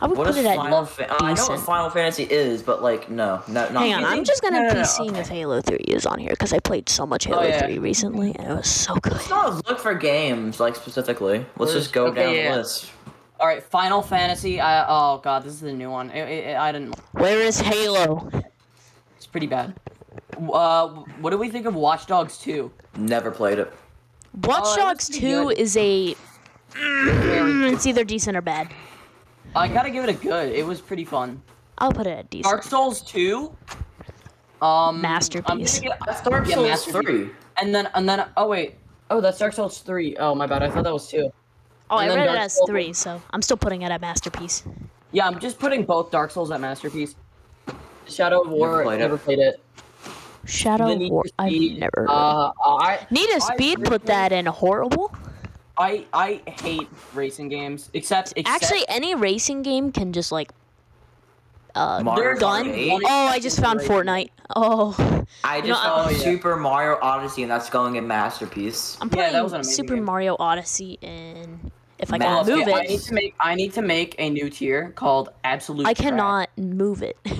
A: I would
E: What
A: put
E: is
A: it at
E: Final Fa- I know what
A: decent.
E: Final Fantasy is, but like, no, no, not.
A: Hang on, I'm just gonna
C: No, no,
A: be
C: no,
A: seeing if Halo 3 is on here because I played so much Halo
C: Oh, yeah.
A: 3 recently and it was so good.
E: No, look for games like specifically. Let's just go
C: Okay,
E: down
C: yeah, yeah.
E: the list.
C: All right, Final Fantasy. I, oh god, this is the new one. I, I, I didn't.
A: Where is
C: Oh,
A: Halo?
C: It's pretty bad. Uh, what do we think of Watch Dogs 2?
E: Never played it.
A: Watch
C: looks
A: Dogs
C: pretty
A: 2
C: good.
A: is a. Mm, it's either decent or bad.
C: I gotta give it a good. It was pretty fun.
A: I'll put it at decent.
C: Dark Souls 2. Um,
A: Masterpiece.
C: I'm gonna get,
E: That's Dark
C: Yeah,
E: Souls
C: Masterpiece.
E: three.
C: and then and then oh wait, oh that's Dark Souls 3. Oh my bad, I thought that was 2.
A: Oh, I
C: and then
A: read it
C: Dark
A: as
C: Souls.
A: 3, so I'm still putting it at Masterpiece.
C: Yeah, I'm just putting both Dark Souls at masterpiece. Shadow of War,
E: Never played it.
C: never played it.
A: Shadow
C: The Need
A: War.
C: for
A: I've
C: Speed,
A: never.
C: Uh, I,
A: Need a
C: I
A: Speed put
C: personally-
A: that in horrible.
C: I I hate racing games, except, except
A: Actually, any racing game can just like. Uh,
E: Mario
A: gun.
E: Party.
A: Oh, I just found Fortnite. Oh.
E: I just
A: No,
E: saw
C: oh, yeah.
E: Super Mario Odyssey, and that's going in masterpiece.
A: I'm
C: Yeah,
A: playing
C: that was an amazing
A: Super
C: game.
A: Mario Odyssey and if I
E: Well,
A: can
C: oh, Okay,
A: move
C: I need
A: it,
C: to make I need to make a new tier called Absolute.
A: I
C: Trash.
A: cannot move it.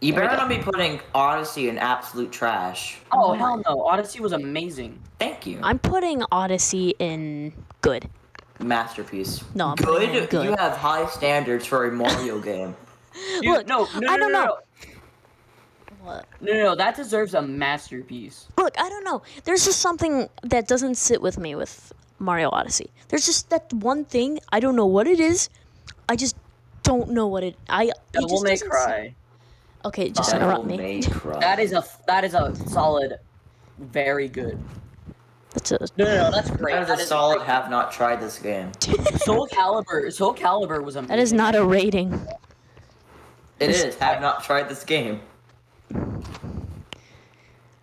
E: You better not be putting Odyssey in absolute trash.
C: Oh hell no! Odyssey was amazing.
E: Thank you.
A: I'm putting Odyssey in good.
E: masterpiece.
A: No, I'm putting it in
E: Good.
A: good.
E: You have high standards for a Mario game.
C: Dude,
A: Look,
C: no, no, no,
A: I don't
C: no,
A: know. What?
C: No, no, no, that deserves a masterpiece.
A: Look, I don't know. There's just something that doesn't sit with me with Mario Odyssey. There's just that one thing. I don't know what it is. I just don't know what it. I. it
C: That will
A: just
C: make
A: doesn't
C: cry.
A: sit- Okay, just
E: That
A: interrupt
E: will
A: me.
E: make cry.
C: That is a that is a solid, very good.
A: That's a.
C: No, no, no, that's great.
E: That is a solid. Have not tried this game.
C: Soul Calibur. Soul Calibur was amazing.
A: That is not a rating.
E: It is. Have not tried this game.
C: Um,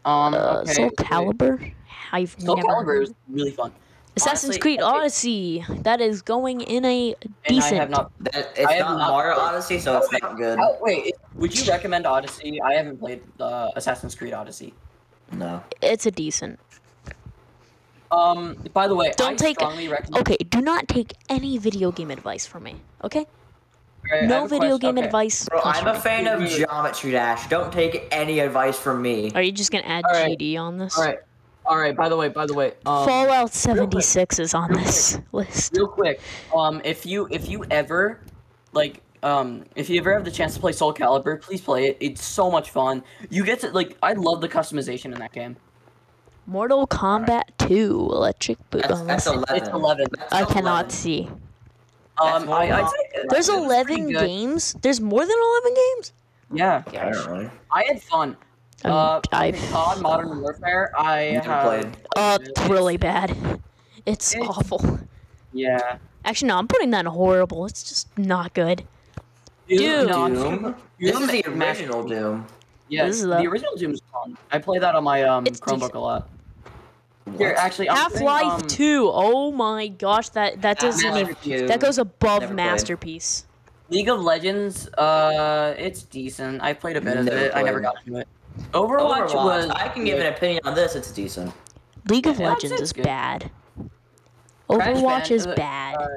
A: Uh,
C: okay.
A: Soul
C: okay.
A: Calibur. I've
C: Soul
A: never.
C: Calibur is really fun.
A: Assassin's
C: Honestly,
A: Creed
C: I
A: Odyssey. That is going in a
C: And
A: decent.
C: I have not.
E: That, it's
C: I have
E: not
C: not
E: Mario
C: played-
E: Odyssey, so it's not good.
C: Oh, wait, would you recommend Odyssey? I haven't played the Assassin's Creed Odyssey.
E: No.
A: It's a decent.
C: Um, by the way,
A: Don't
C: I
A: take-
C: strongly recommend.
A: Okay, do not take any video game advice from me. Okay?
C: I have
A: No
C: a
A: video
C: quest-
A: game
C: okay.
A: advice.
E: Bro,
A: comes
E: I'm
A: from
E: a
A: me.
E: fan of Geometry Dash. Don't take any advice from me.
A: Are you just gonna add
C: Alright.
A: GD on this?
C: All right, all right. By the way, by the way, um,
A: Fallout 76 is on this list.
C: real quick um if you if you ever like um if you ever have the chance to play soul calibur please play it it's so much fun you get to like i love the customization in that game
A: Mortal Kombat 2 Electric Boot.
E: That's, that's
A: Unless
E: 11.
C: it's 11
E: That's
A: I
E: 11.
A: cannot see.
E: That's
C: um
E: what
C: I,
E: I'm
C: I,
E: on.
A: There's
C: it's pretty
A: 11
C: good.
A: games? There's more than 11 games?
C: yeah
E: Apparently.
C: i had fun
A: Um,
C: uh
A: I-
C: i COD modern warfare i
E: Never
C: have
E: played.
A: Uh, it's really bad. It's
C: It's-
A: awful.
C: yeah
A: Actually, no, I'm putting that in horrible. It's just not good. Dude.
C: no, I'm-
E: Doom?
C: Doom
E: This is the
C: Mass-
E: original Doom.
C: yeah
A: This is
C: the
A: a-
C: original doom is fun i play that on my um
A: It's
C: chromebook
A: decent.
C: a lot here actually I'm playing,
A: Half-Life
C: um,
A: 2. Oh my gosh, that that doesn't
C: Half-Life
A: even
E: Two.
A: that goes above
E: Never played.
A: masterpiece.
C: League of Legends, uh, it's decent. I played a bit of
E: Never
C: it. I never
E: played.
C: got into it. Overwatch,
E: Overwatch,
C: was.
E: I can give an opinion on this. It's decent.
A: League of
C: Yeah, that's-
A: Legends
C: that's
A: is
C: good.
A: bad.
C: Crash
A: Overwatch is
C: Bandicoot,
A: bad.
C: uh,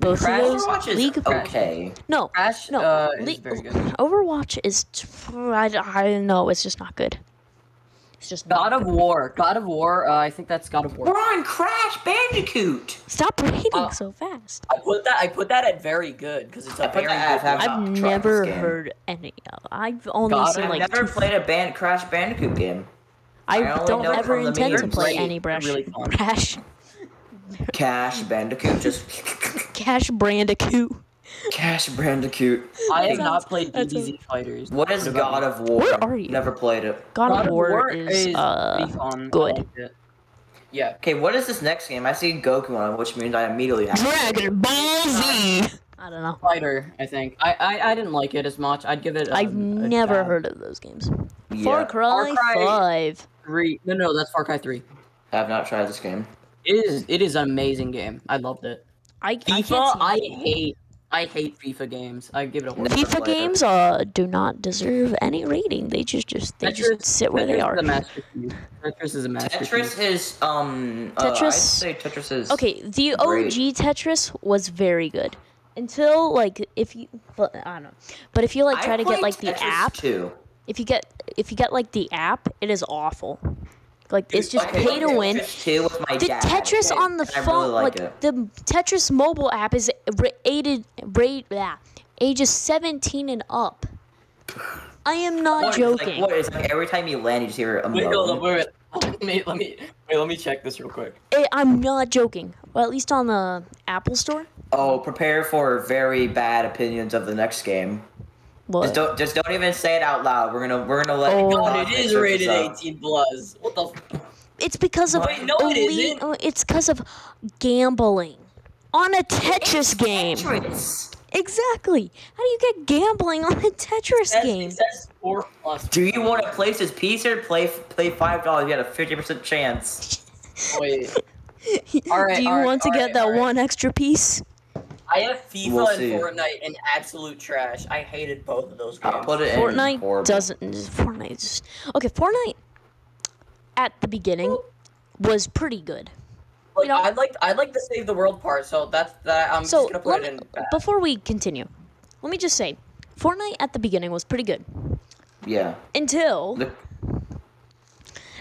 A: Both
C: Crash-
A: of those
E: Overwatch is
A: League of
E: okay.
A: No,
C: Crash
A: no.
C: uh,
A: Le-
C: is very good.
A: Overwatch is I, I know it's just not good. It's just not.
C: God of War, God of War. Uh, I think that's God of War.
E: on Crash Bandicoot.
A: Stop reading
C: Uh,
A: so fast.
C: I put that. I put that at very good because it's a
E: I put
C: very
E: that
C: good.
E: at
C: one.
E: half-
A: I've
E: not trying
A: never
E: this game.
A: heard any. I've only
C: God,
A: seen
C: I've
E: I've
A: like.
E: never
A: two-
E: played a band Crash Bandicoot game. I
A: I
E: only
A: don't
E: know it
A: ever
E: from the
A: intend to
E: memes.
A: play
C: Great,
A: any Brash.
C: really fun.
A: Brash.
E: Cash Bandicoot, just
A: Cash Brandicoot.
E: Cash Bandicoot.
C: I have
A: That
C: not
A: sounds-
C: played
A: that sounds-
C: DBZ Fighters.
E: What is God of War?
A: Where are you?
E: Never played it.
A: God,
C: God
A: of War, is, uh
C: pretty fun. I
A: good.
C: liked it. Yeah.
E: Okay, what is this next game? I see Goku on it, which means I immediately have.
A: Dragon Ball Z. I don't know.
C: Fighter, I think. I, I I didn't like it as much. I'd give it. Um,
A: I've
C: a
A: never
C: dab.
A: heard of those games.
E: Yeah,
A: Far Cry,
C: Far Cry-
A: 5.
C: three. No, no, that's Far Cry three.
E: I have not tried this game.
C: It is it is an amazing game. I loved it.
A: I, I can't see
C: FIFA, I,
A: it.
C: hate. I hate FIFA games. I give it a horse.
E: Never
A: FIFA
E: played it.
A: games uh, do not deserve any rating. They just just they just sit where
C: Tetris
A: they
C: is
A: are.
C: a masterpiece. Tetris is a masterpiece.
E: Tetris is um. uh,
A: Tetris-
E: I'd say Tetris is.
A: Okay, the
E: Great.
A: OG Tetris was very good until like if you but, I don't know. But if you like
E: I
A: try to
E: played
A: get like the
E: Tetris
A: app,
E: Too.
A: if you get if you get like the app, it is awful. Like it's just
E: Okay,
A: pay to
E: Tetris
A: win.
E: Two with my
A: The
E: dad.
A: Tetris on the
E: and I really
A: phone,
E: like
A: like,
E: it.
A: the Tetris mobile app, is rated rate yeah, ages 17 and up. I am not
E: What is, like,
A: joking.
E: what is like every time you land, you just hear a
C: Wait, hold
E: moan.
C: on, wait, wait. Let me, let me, wait, let me check this real quick.
A: I- Eh, I'm not joking. Well, at least on the Apple Store.
E: Oh, prepare for very bad opinions of the next game. Just
A: What?
E: don't, just don't even say it out loud. We're gonna, we're gonna let.
A: Oh.
E: God
C: God, it
E: make
C: is
E: sure this
C: rated
E: up.
C: 18 plus. What the? F-
A: It's because of
C: Wait, no, it
A: elite-
C: isn't.
A: oh, It's because of gambling on a Tetris game.
E: Tetris.
A: Exactly. How do you get gambling on a Tetris
C: that's-
A: game?
C: It says four plus.
E: Do you want to place this piece or play play five dollars? You got a fifty percent chance.
C: Wait, All right,
A: do you
C: all right,
A: want to
C: all
A: get
C: right,
A: that
C: all right.
A: one extra piece?
C: I have FIFA
E: We'll
C: and
E: see.
C: Fortnite and absolute trash. I hated both of those games.
E: I'll put it in.
A: Fortnite
E: horrible.
A: doesn't. Fortnite just okay. Fortnite at the beginning was pretty good.
C: Like,
A: you know-
C: I'd like, I'd like to save the world part. So that's that. I'm
A: so
C: just gonna put
A: let
C: it
A: me-
C: in. bad.
A: before we continue, let me just say, Fortnite at the beginning was pretty good
E: Yeah.
A: until
E: The-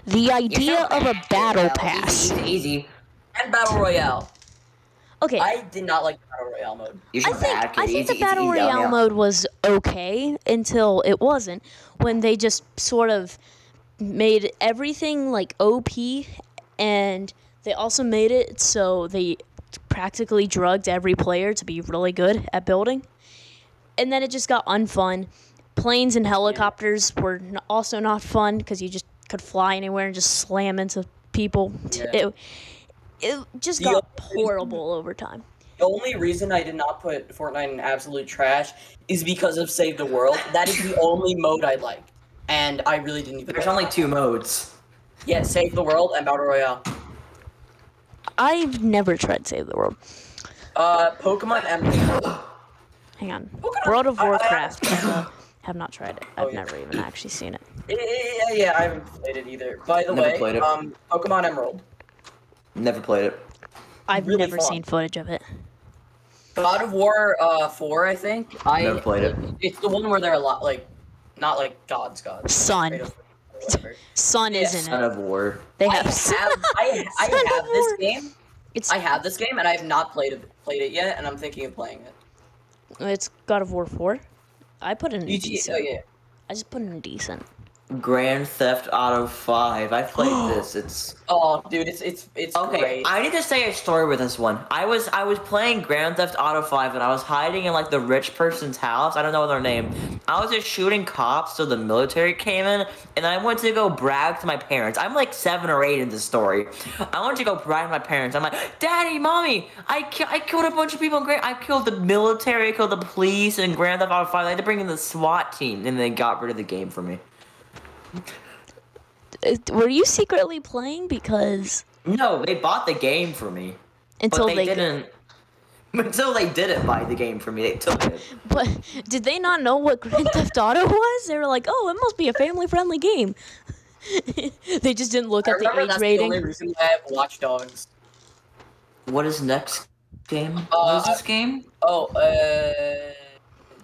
A: the idea of a battle pass.
E: Easy, easy, easy.
C: And battle royale.
A: Okay,
C: I did not like battle royale mode.
E: You
A: I
E: should
A: think
E: back it.
A: I think
E: easy,
A: the battle
E: easy, easy,
A: royale
E: down, down.
A: mode was okay until it wasn't when they just sort of made everything like OP and they also made it so they practically drugged every player to be really good at building. And then it just got unfun. Planes and helicopters were n- also not fun because you just could fly anywhere and just slam into people. T-
C: Yeah.
A: It, it just
C: The
A: got
C: only-
A: horrible over time.
C: The only reason I did not put Fortnite in absolute trash is because of Save the World. That is the only mode I liked. and I really didn't even.
E: There's only two modes.
C: Yeah, save the world and battle royale.
A: I've never tried Save the World.
C: Uh, Pokemon Emerald.
A: Hang on.
C: Pokemon-
A: World of
C: I- I-
A: Warcraft. uh, have not tried it. I've
C: Oh, yeah.
A: never even actually seen it.
C: Yeah, yeah, yeah, yeah, I haven't played it either. By the
E: Never
C: way,
E: played it.
C: um, Pokemon Emerald.
E: Never played it.
A: I've
C: Really
A: never
C: fun.
A: seen footage of it.
C: God of War uh, 4, I think. I
E: Never played it.
C: It's the one where they're a lot like, not like gods, gods.
A: Sun.
C: Kratos, whatever.
A: Sun
C: Yeah.
A: isn't
E: Son
A: it.
E: of War.
A: They
C: I
A: have.
C: have, I, I
A: Son
C: have
A: of
C: this
A: War.
C: game.
A: it's
C: I have this game, and I have not played it, played it yet, and I'm thinking of playing it.
A: it's God of War four. I put in a
C: GTA,
A: decent.
C: oh, yeah.
A: I just put in a decent.
E: Grand Theft Auto 5. I played this. It's
C: Oh, dude, it's it's it's
E: Okay,
C: great.
E: I need to say a story with this one. I was I was playing Grand Theft Auto 5 and I was hiding in like the rich person's house. I don't know their name. I was just shooting cops so the military came in and I went to go brag to my parents. I'm like 7 or 8 in this story. I went to go brag to my parents. I'm like, "Daddy, Mommy, I, ki- I killed a bunch of people in Grand I killed the military, I killed the police in Grand Theft Auto 5. They had to bring in the SWAT team and they got rid of the game for me."
A: Uh, Were you secretly playing because
E: No, they bought the game for me.
A: until
E: but they, didn't. Until they didn't buy the game for me, they took it.
A: But did they not know what Grand Theft Auto was? They were like, "Oh, it must be a family-friendly game." they just didn't look
C: I
A: at the
C: remember
A: age
C: that's
A: rating.
C: the only reason why I have Watch Dogs.
E: What is next game? what is
C: Uh,
E: this game?
C: Oh, uh,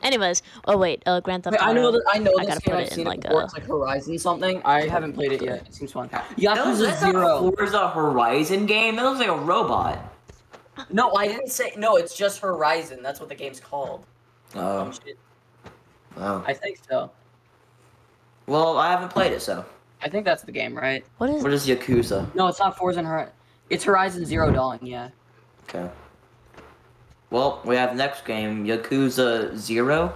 A: Anyways, oh wait, uh, Grand Theft
C: wait,
A: Auto.
C: I know that I know
A: I
C: this
A: gotta put
C: game. I've
A: it in
C: seen it
A: like
C: before.
A: a-
C: It's like Horizon something. I haven't played it yet. It seems fun.
E: That was,
C: Yakuza
E: that's not,
C: Zero.
E: a- where's a Horizon game? That looks like a robot.
C: No, I didn't say. No, it's just Horizon. That's what the game's called.
E: Oh,
C: Um, shit.
E: oh.
C: I think so.
E: Well, I haven't played it, so.
C: I think that's the game, right?
A: What is?
E: What is Yakuza?
C: No, it's not Forza and Horizon. It's Horizon Zero Dawn. Yeah.
E: Okay. Well, we have next game, Yakuza Zero.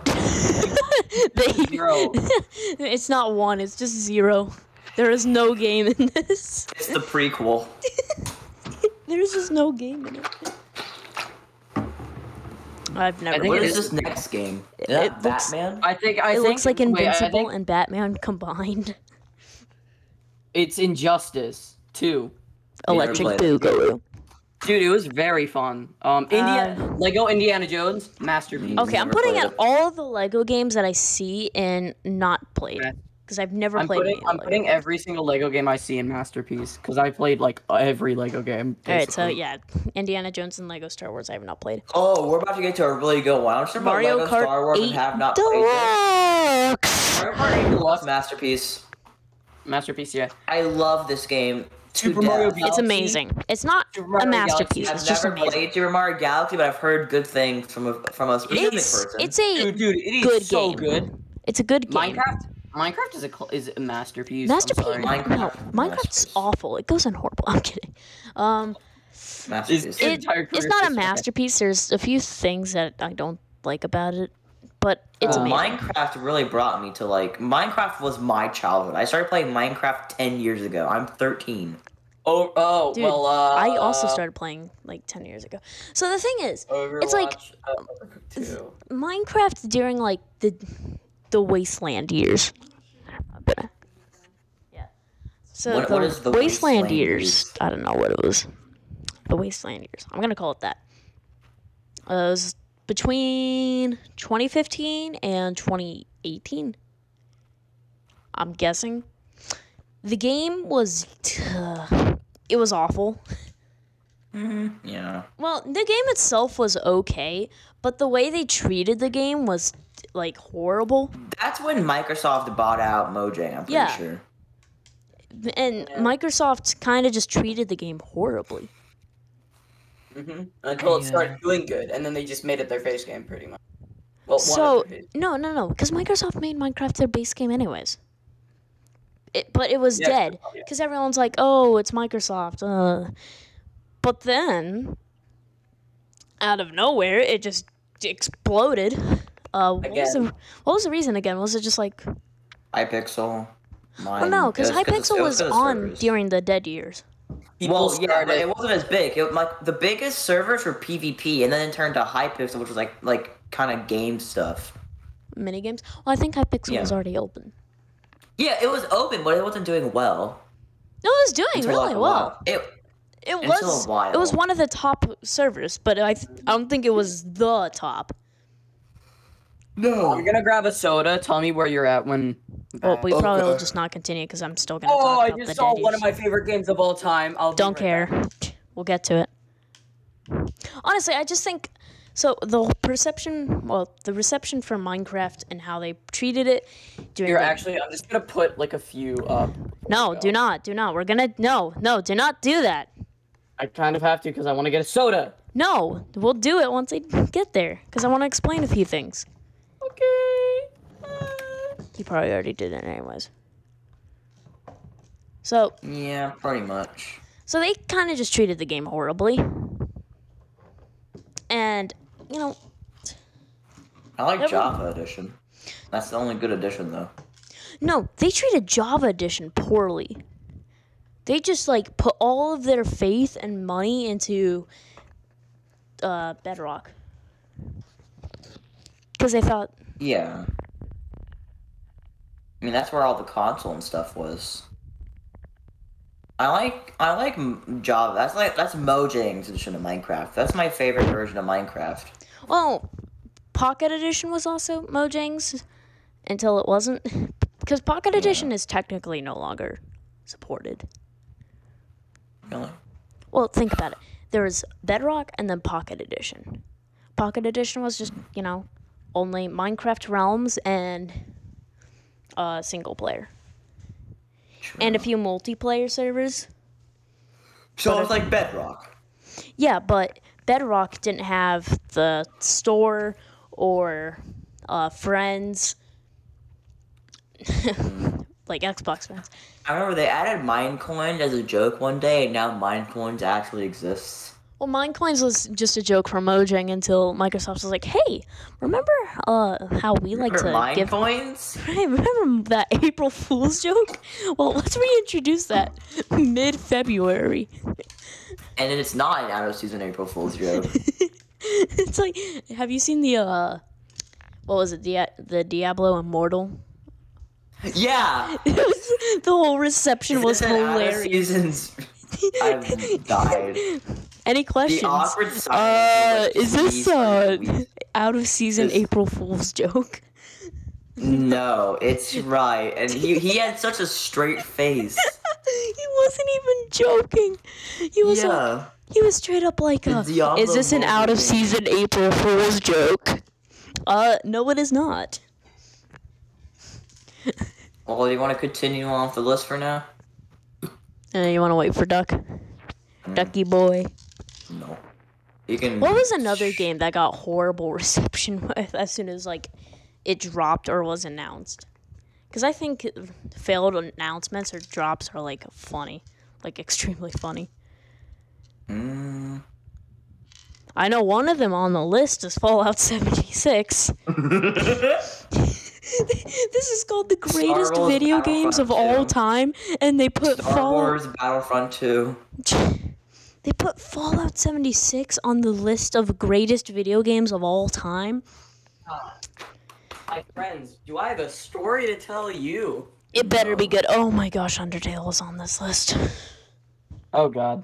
A: They,
C: Zero.
A: it's not one. It's just zero. There is no game in this.
E: It's the prequel.
A: There's just no game in it. I've never.
C: think
E: What
C: it
E: is
C: is
E: this next game? Is
A: it
E: that
A: looks-
E: Batman?
C: I think. I
A: it
C: think
A: looks like
C: wait, I
A: Invincible
C: think
A: and Batman combined.
C: it's Injustice Two.
A: Electric
E: played it.
A: Boogaloo.
C: Dude, it was very fun. Um,
A: Uh,
C: Indiana, Lego Indiana Jones masterpiece.
A: Okay, I'm
E: never
A: putting
E: played
A: in
E: it.
A: all the Lego games that I see and not played
C: Okay.
A: because I've never
C: I'm
A: played.
C: putting
A: any
C: I'm
A: Lego
C: putting
A: games.
C: every single Lego game I see in masterpiece because I played like every Lego game.
A: All right, so
C: basically.
A: yeah, Indiana Jones and Lego Star Wars I have not played.
E: Oh, we're about to get to a really good one. I'm sure about
A: Mario
E: Lego
A: Kart
E: Star Wars
A: 8
E: and have not played it.
A: Deluxe.
E: Mario Kart 8 Deluxe masterpiece.
C: masterpiece. Yeah,
E: I love this game. to
C: Super Mario
E: death.
C: Galaxy.
A: It's amazing. It's not
C: Super
A: a
C: Mario
A: masterpiece.
C: Galaxy.
A: It's
E: I've
A: just
E: never
A: amazing.
E: played Super Mario Galaxy, but I've heard good things from a from a specific
A: It's
E: person.
A: it's a
C: dude, dude, it is
A: Good
C: so
A: game.
C: good.
A: it's a good game.
C: Minecraft, Minecraft is a cl- is a masterpiece. I'm
A: Masterpiece.
C: sorry.
E: Minecraft.
A: No, Minecraft's
E: Masterpiece.
A: awful. It goes in horrible. I'm kidding. Um,
E: masterpiece.
C: Your
A: it,
C: entire
A: it's
C: career
A: not a
C: is just-
A: masterpiece. There's a few things that I don't like about it, but it's
C: Uh,
E: Well,
A: amazing.
E: Minecraft really brought me to like Minecraft was my childhood. I started playing Minecraft ten years ago. I'm 13.
C: Oh, oh
A: Dude,
C: well. Uh,
A: I also started playing like 10 years ago. So the thing is, it's like-
C: Overwatch, uh, two.
A: Minecraft during like the the wasteland years. But- yeah. So
E: What-
A: the,
E: what is the
A: wasteland,
E: wasteland
A: years,
E: years?
A: I don't know what it was. The wasteland years. I'm gonna call it that. Uh, it was between 2015 and 2018. I'm guessing. The game was, it was awful. Mm-hmm.
E: Yeah.
A: Well, the game itself was okay, but the way they treated the game was like horrible.
E: That's when Microsoft bought out Mojang, I'm pretty
A: Yeah.
E: sure.
A: And Microsoft kind of just treated the game horribly.
C: Mm-hmm. until it started doing good, and then they just made it their face game pretty much. Well, one
A: So
C: of their face-
A: no, no, no, because Microsoft made Minecraft their base game anyways. It, but it was
C: Yeah,
A: dead
C: yeah.
A: because everyone's like, "Oh, it's Microsoft." Uh. But then, out of nowhere, it just exploded. Uh, what, was the,
C: Again.
A: what was the reason again? Was it just like,
E: iPixel. Mine.
A: oh no, because
E: it was it's-
A: Hypixel
E: it
A: was,
E: for the
A: on
E: servers.
A: during the dead years.
C: people
E: Well, yeah, but
C: started.
E: it wasn't as big. It, like the biggest servers were PvP, and then it turned to Hypixel, which was like like kind of game stuff.
A: minigames. Well, I think Hypixel
E: Yeah.
A: was already open.
E: Yeah, it was open, but it wasn't doing well.
A: No, it was doing
E: until, like,
A: really
E: a
A: well.
E: while. It,
A: It
E: Until a
A: was. It was
E: while.
A: one of the top servers, but I th- I don't think it was the top.
C: I'm gonna grab a soda. Tell me where you're at when.
A: Well, we
H: Okay.
A: probably will just not continue because I'm still gonna
C: oh,
A: talk
C: I
A: about the
C: just saw
A: dead
C: one of
A: issue.
C: my favorite games of all time. I'll be
A: Don't care.
C: right back.
A: We'll get to it. Honestly, I just think so. The perception, well, the reception for Minecraft and how they treated it during
C: Here,
A: the-
C: actually, I'm just gonna put like a few up.
A: no, do not, do not. We're gonna no, no, do not do that.
C: I kind of have to because I want to get a soda.
A: No, we'll do it once I get there because I want to explain a few things.
C: Okay.
A: He probably already did it anyways. So
E: yeah, pretty much.
A: So they kind of just treated the game horribly. And, you know,
E: I like
A: Every-
E: Java Edition. That's the only good edition, though.
A: no, they treated Java Edition poorly. They just, like, put all of their faith and money into uh, Bedrock. Because they thought,
E: Yeah. I mean, that's where all the console and stuff was. I like I like M- Java. That's like that's Mojang's edition of Minecraft. That's my favorite version of Minecraft.
A: well, Pocket Edition was also Mojang's until it wasn't. Because Pocket Edition is technically no longer supported.
E: Really?
A: Well, think about it. There was Bedrock and then Pocket Edition. Pocket Edition was just, you know, only Minecraft Realms and uh, single player. And a few multiplayer servers.
E: So it's like Bedrock.
A: Yeah, but Bedrock didn't have the store or uh, friends, like Xbox friends.
E: I remember they added Minecoin as a joke one day, and now Minecoins actually exists.
A: Well, Minecoins was just a joke from Mojang until Microsoft was like, "Hey, remember uh, how we like
E: Remember
A: to give
E: Minecoins?
A: I remember that April Fool's joke. Well, let's reintroduce that mid February.
E: And then it's not an out of season April Fool's joke.
A: It's like, have you seen the uh, what was it, Dia- the Diablo Immortal?
E: yeah,
A: It was, the whole reception was
E: It's an out of
A: hilarious.
E: seasons. I've died.
A: Any
E: The
A: questions?
E: awkward silence.
A: Uh,
E: was like,
A: is this
E: "Jeez,
A: uh,
E: are you weak?"
A: out of season
E: This-
A: April Fool's joke?
E: No, it's right. And he he had such a straight face.
A: he wasn't even joking. He was like,
E: yeah.
A: He was straight up like, uh,
E: Diablo
A: "Is this an
E: Immortal
A: out of
E: thing."
A: season April Fool's joke?" Uh, no, it is not.
E: Well, do you want to continue on with the list for now?
A: Uh, you want to wait for Duck,
E: Hmm.
A: Ducky Boy.
E: No. You can.
A: What was another game that got horrible reception with as soon as like it dropped or was announced? Because I think failed announcements or drops are like funny, like extremely funny.
E: Mm.
A: I know one of them on the list is Fallout 76. this is called the greatest
E: Wars
A: video games of
E: Battlefront
A: all
E: 2.
A: time, and they put
E: Star
A: Fallout
E: Wars Battlefront 2.
A: they put Fallout 76 on the list of greatest video games of all time.
C: My friends, do I have a story to tell you?
A: It better be good. Oh my gosh, Undertale is on this list.
C: Oh God.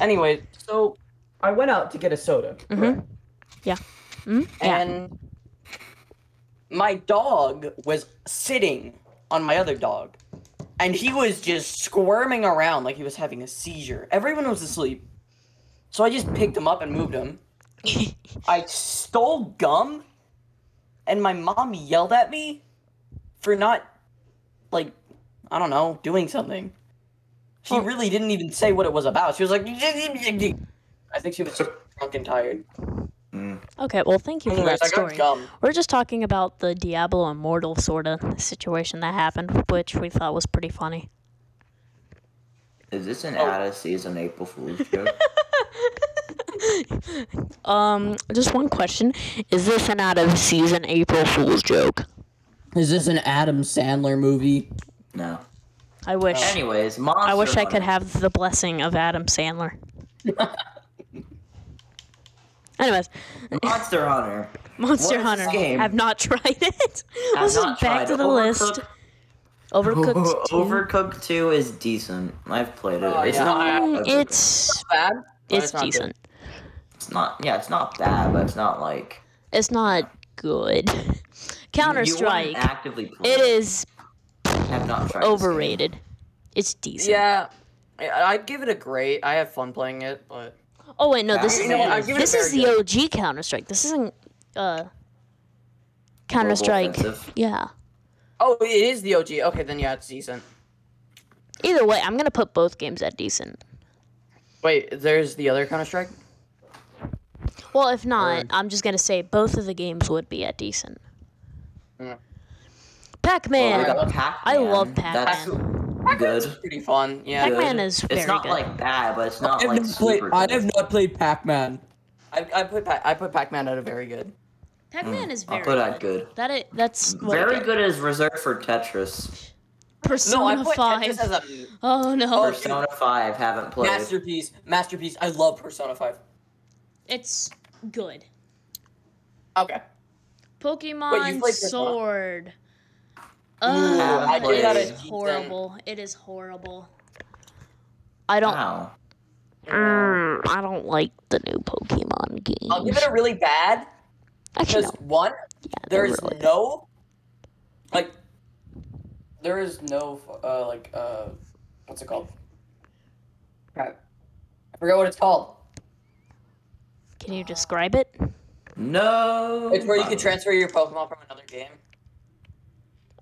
C: Anyway, so I went out to get a soda.
A: Mhm. Yeah. Mhm. Yeah.
C: And my dog was sitting on my other dog, and he was just squirming around like he was having a seizure. Everyone was asleep, so I just picked him up and moved him. I stole gum, and my mom yelled at me for not, like, I don't know, doing something. She
A: Well-
C: really didn't even say what it was about. She was like, I think she was just drunk and tired.
A: Okay, well, thank you for
C: Anyways,
A: that
C: I got
A: story.
C: gum.
A: We're just talking about the Diablo Immortal sort of situation that happened, which we thought was pretty funny.
E: Is this
A: Oh.
E: an out of season April Fool's joke?
A: Um, just one question. Is this an out of season April Fool's joke?
I: Is this an Adam Sandler movie?
E: no.
A: I wish.
E: Anyways, Monster
A: I wish I
E: Hunter.
A: could have the blessing of Adam Sandler. Anyways,
E: Monster Hunter.
A: Monster
E: What is
A: Hunter.
E: this game?
A: I've not tried it.
E: I've
A: this is
E: not
A: back
E: tried
A: to
E: it.
A: the list. Overcooked.
E: Overcooked.
A: 2?
E: Overcooked 2 is decent. I've played it.
C: Oh,
E: it's
C: yeah.
E: not
A: Mm, It's
C: Bad. but
A: it's
C: not good.
A: decent.
E: it's not yeah, it's not bad, but it's not like
A: It's not good. Counter
E: You wouldn't
A: Strike.
E: actively play
A: It is
E: Have not tried this game.
A: overrated. It's decent.
C: Yeah. I- I'd give it a great. I have fun playing it, but
A: Oh wait, no, this
E: You
A: is
E: know what,
C: I'd give it a
A: this is
C: very
A: the OG Counter Strike. This isn't uh Counter
E: Global
A: Strike.
E: Offensive.
A: Yeah.
C: oh, it is the OG. Okay, then yeah, it's decent.
A: Either way, I'm gonna put both games at decent.
C: Wait, there's the other Counter Strike.
A: Well, if not, I'm just gonna say both of the games would be at decent.
C: Yeah.
E: Well,
A: Pac-Man.
E: we got Pac-Man.
A: I love
E: That's good.
C: Pretty fun. Yeah.
A: Pac- Pac-Man
E: good.
A: is very
E: It's not
A: good.
E: like bad, but it's not
J: I
E: like
J: have, not played,
E: super.
J: I
E: good.
J: have not played Pac-Man.
C: I, I put Pac- I put Pac Man at a very good.
A: Pac-Man is very
E: Mm, I'll put that good.
A: That i- that's what I
E: Very
A: did.
E: good is reserved for Tetris.
A: Persona
C: No, I put
A: Five.
C: Tetris as a
A: oh no,
E: Persona 5 haven't played.
C: masterpiece. Masterpiece. I love Persona Five.
A: it's good.
C: Okay. Wait,
A: Pokemon
C: you played Persona?
A: Sword.
C: Ooh,
A: Oh,
E: I
A: it
E: played that
A: is
C: at decent.
A: horrible. It is horrible. I
C: Ah.
A: don't.
E: Wow.
A: Mm, I don't like the new Pokemon games.
C: I'll give it a really bad
A: Actually,
C: because
A: no.
C: one,
A: Yeah, they're
C: there is
A: really-
C: no like there is no uh like uh what's it called Crap. i forgot what it's called
A: Can you describe it?
E: No.
C: it's where you can transfer your pokemon from another game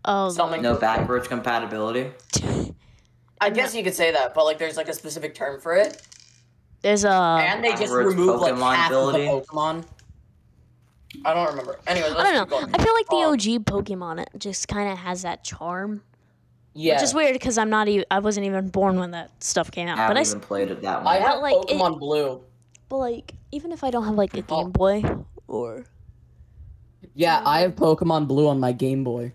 A: Oh,
C: Something-
E: No backwards compatibility.
A: no.
C: i guess you could say that but like there's like a specific term for it
A: there's a.
C: and they just
E: backwards
C: remove like
E: Uh, Pokemon
C: half
E: ability.
C: of the pokemon i don't remember anyways
A: I
C: let's keep
A: don't know.
C: going.
A: I feel like the
C: Um,
A: OG Pokemon it just kind of has that charm,
C: yeah
A: which is weird because I'm not. Even, I wasn't even born when that stuff came out.
E: I haven't
A: But I,
E: even
A: s-
E: played it that
C: i
E: one.
C: have
A: like, it-
C: pokemon blue
A: but like, even if I don't have like a
C: Oh.
A: Game Boy or
J: Yeah,
A: Mm.
J: I have Pokemon Blue on my Game Boy.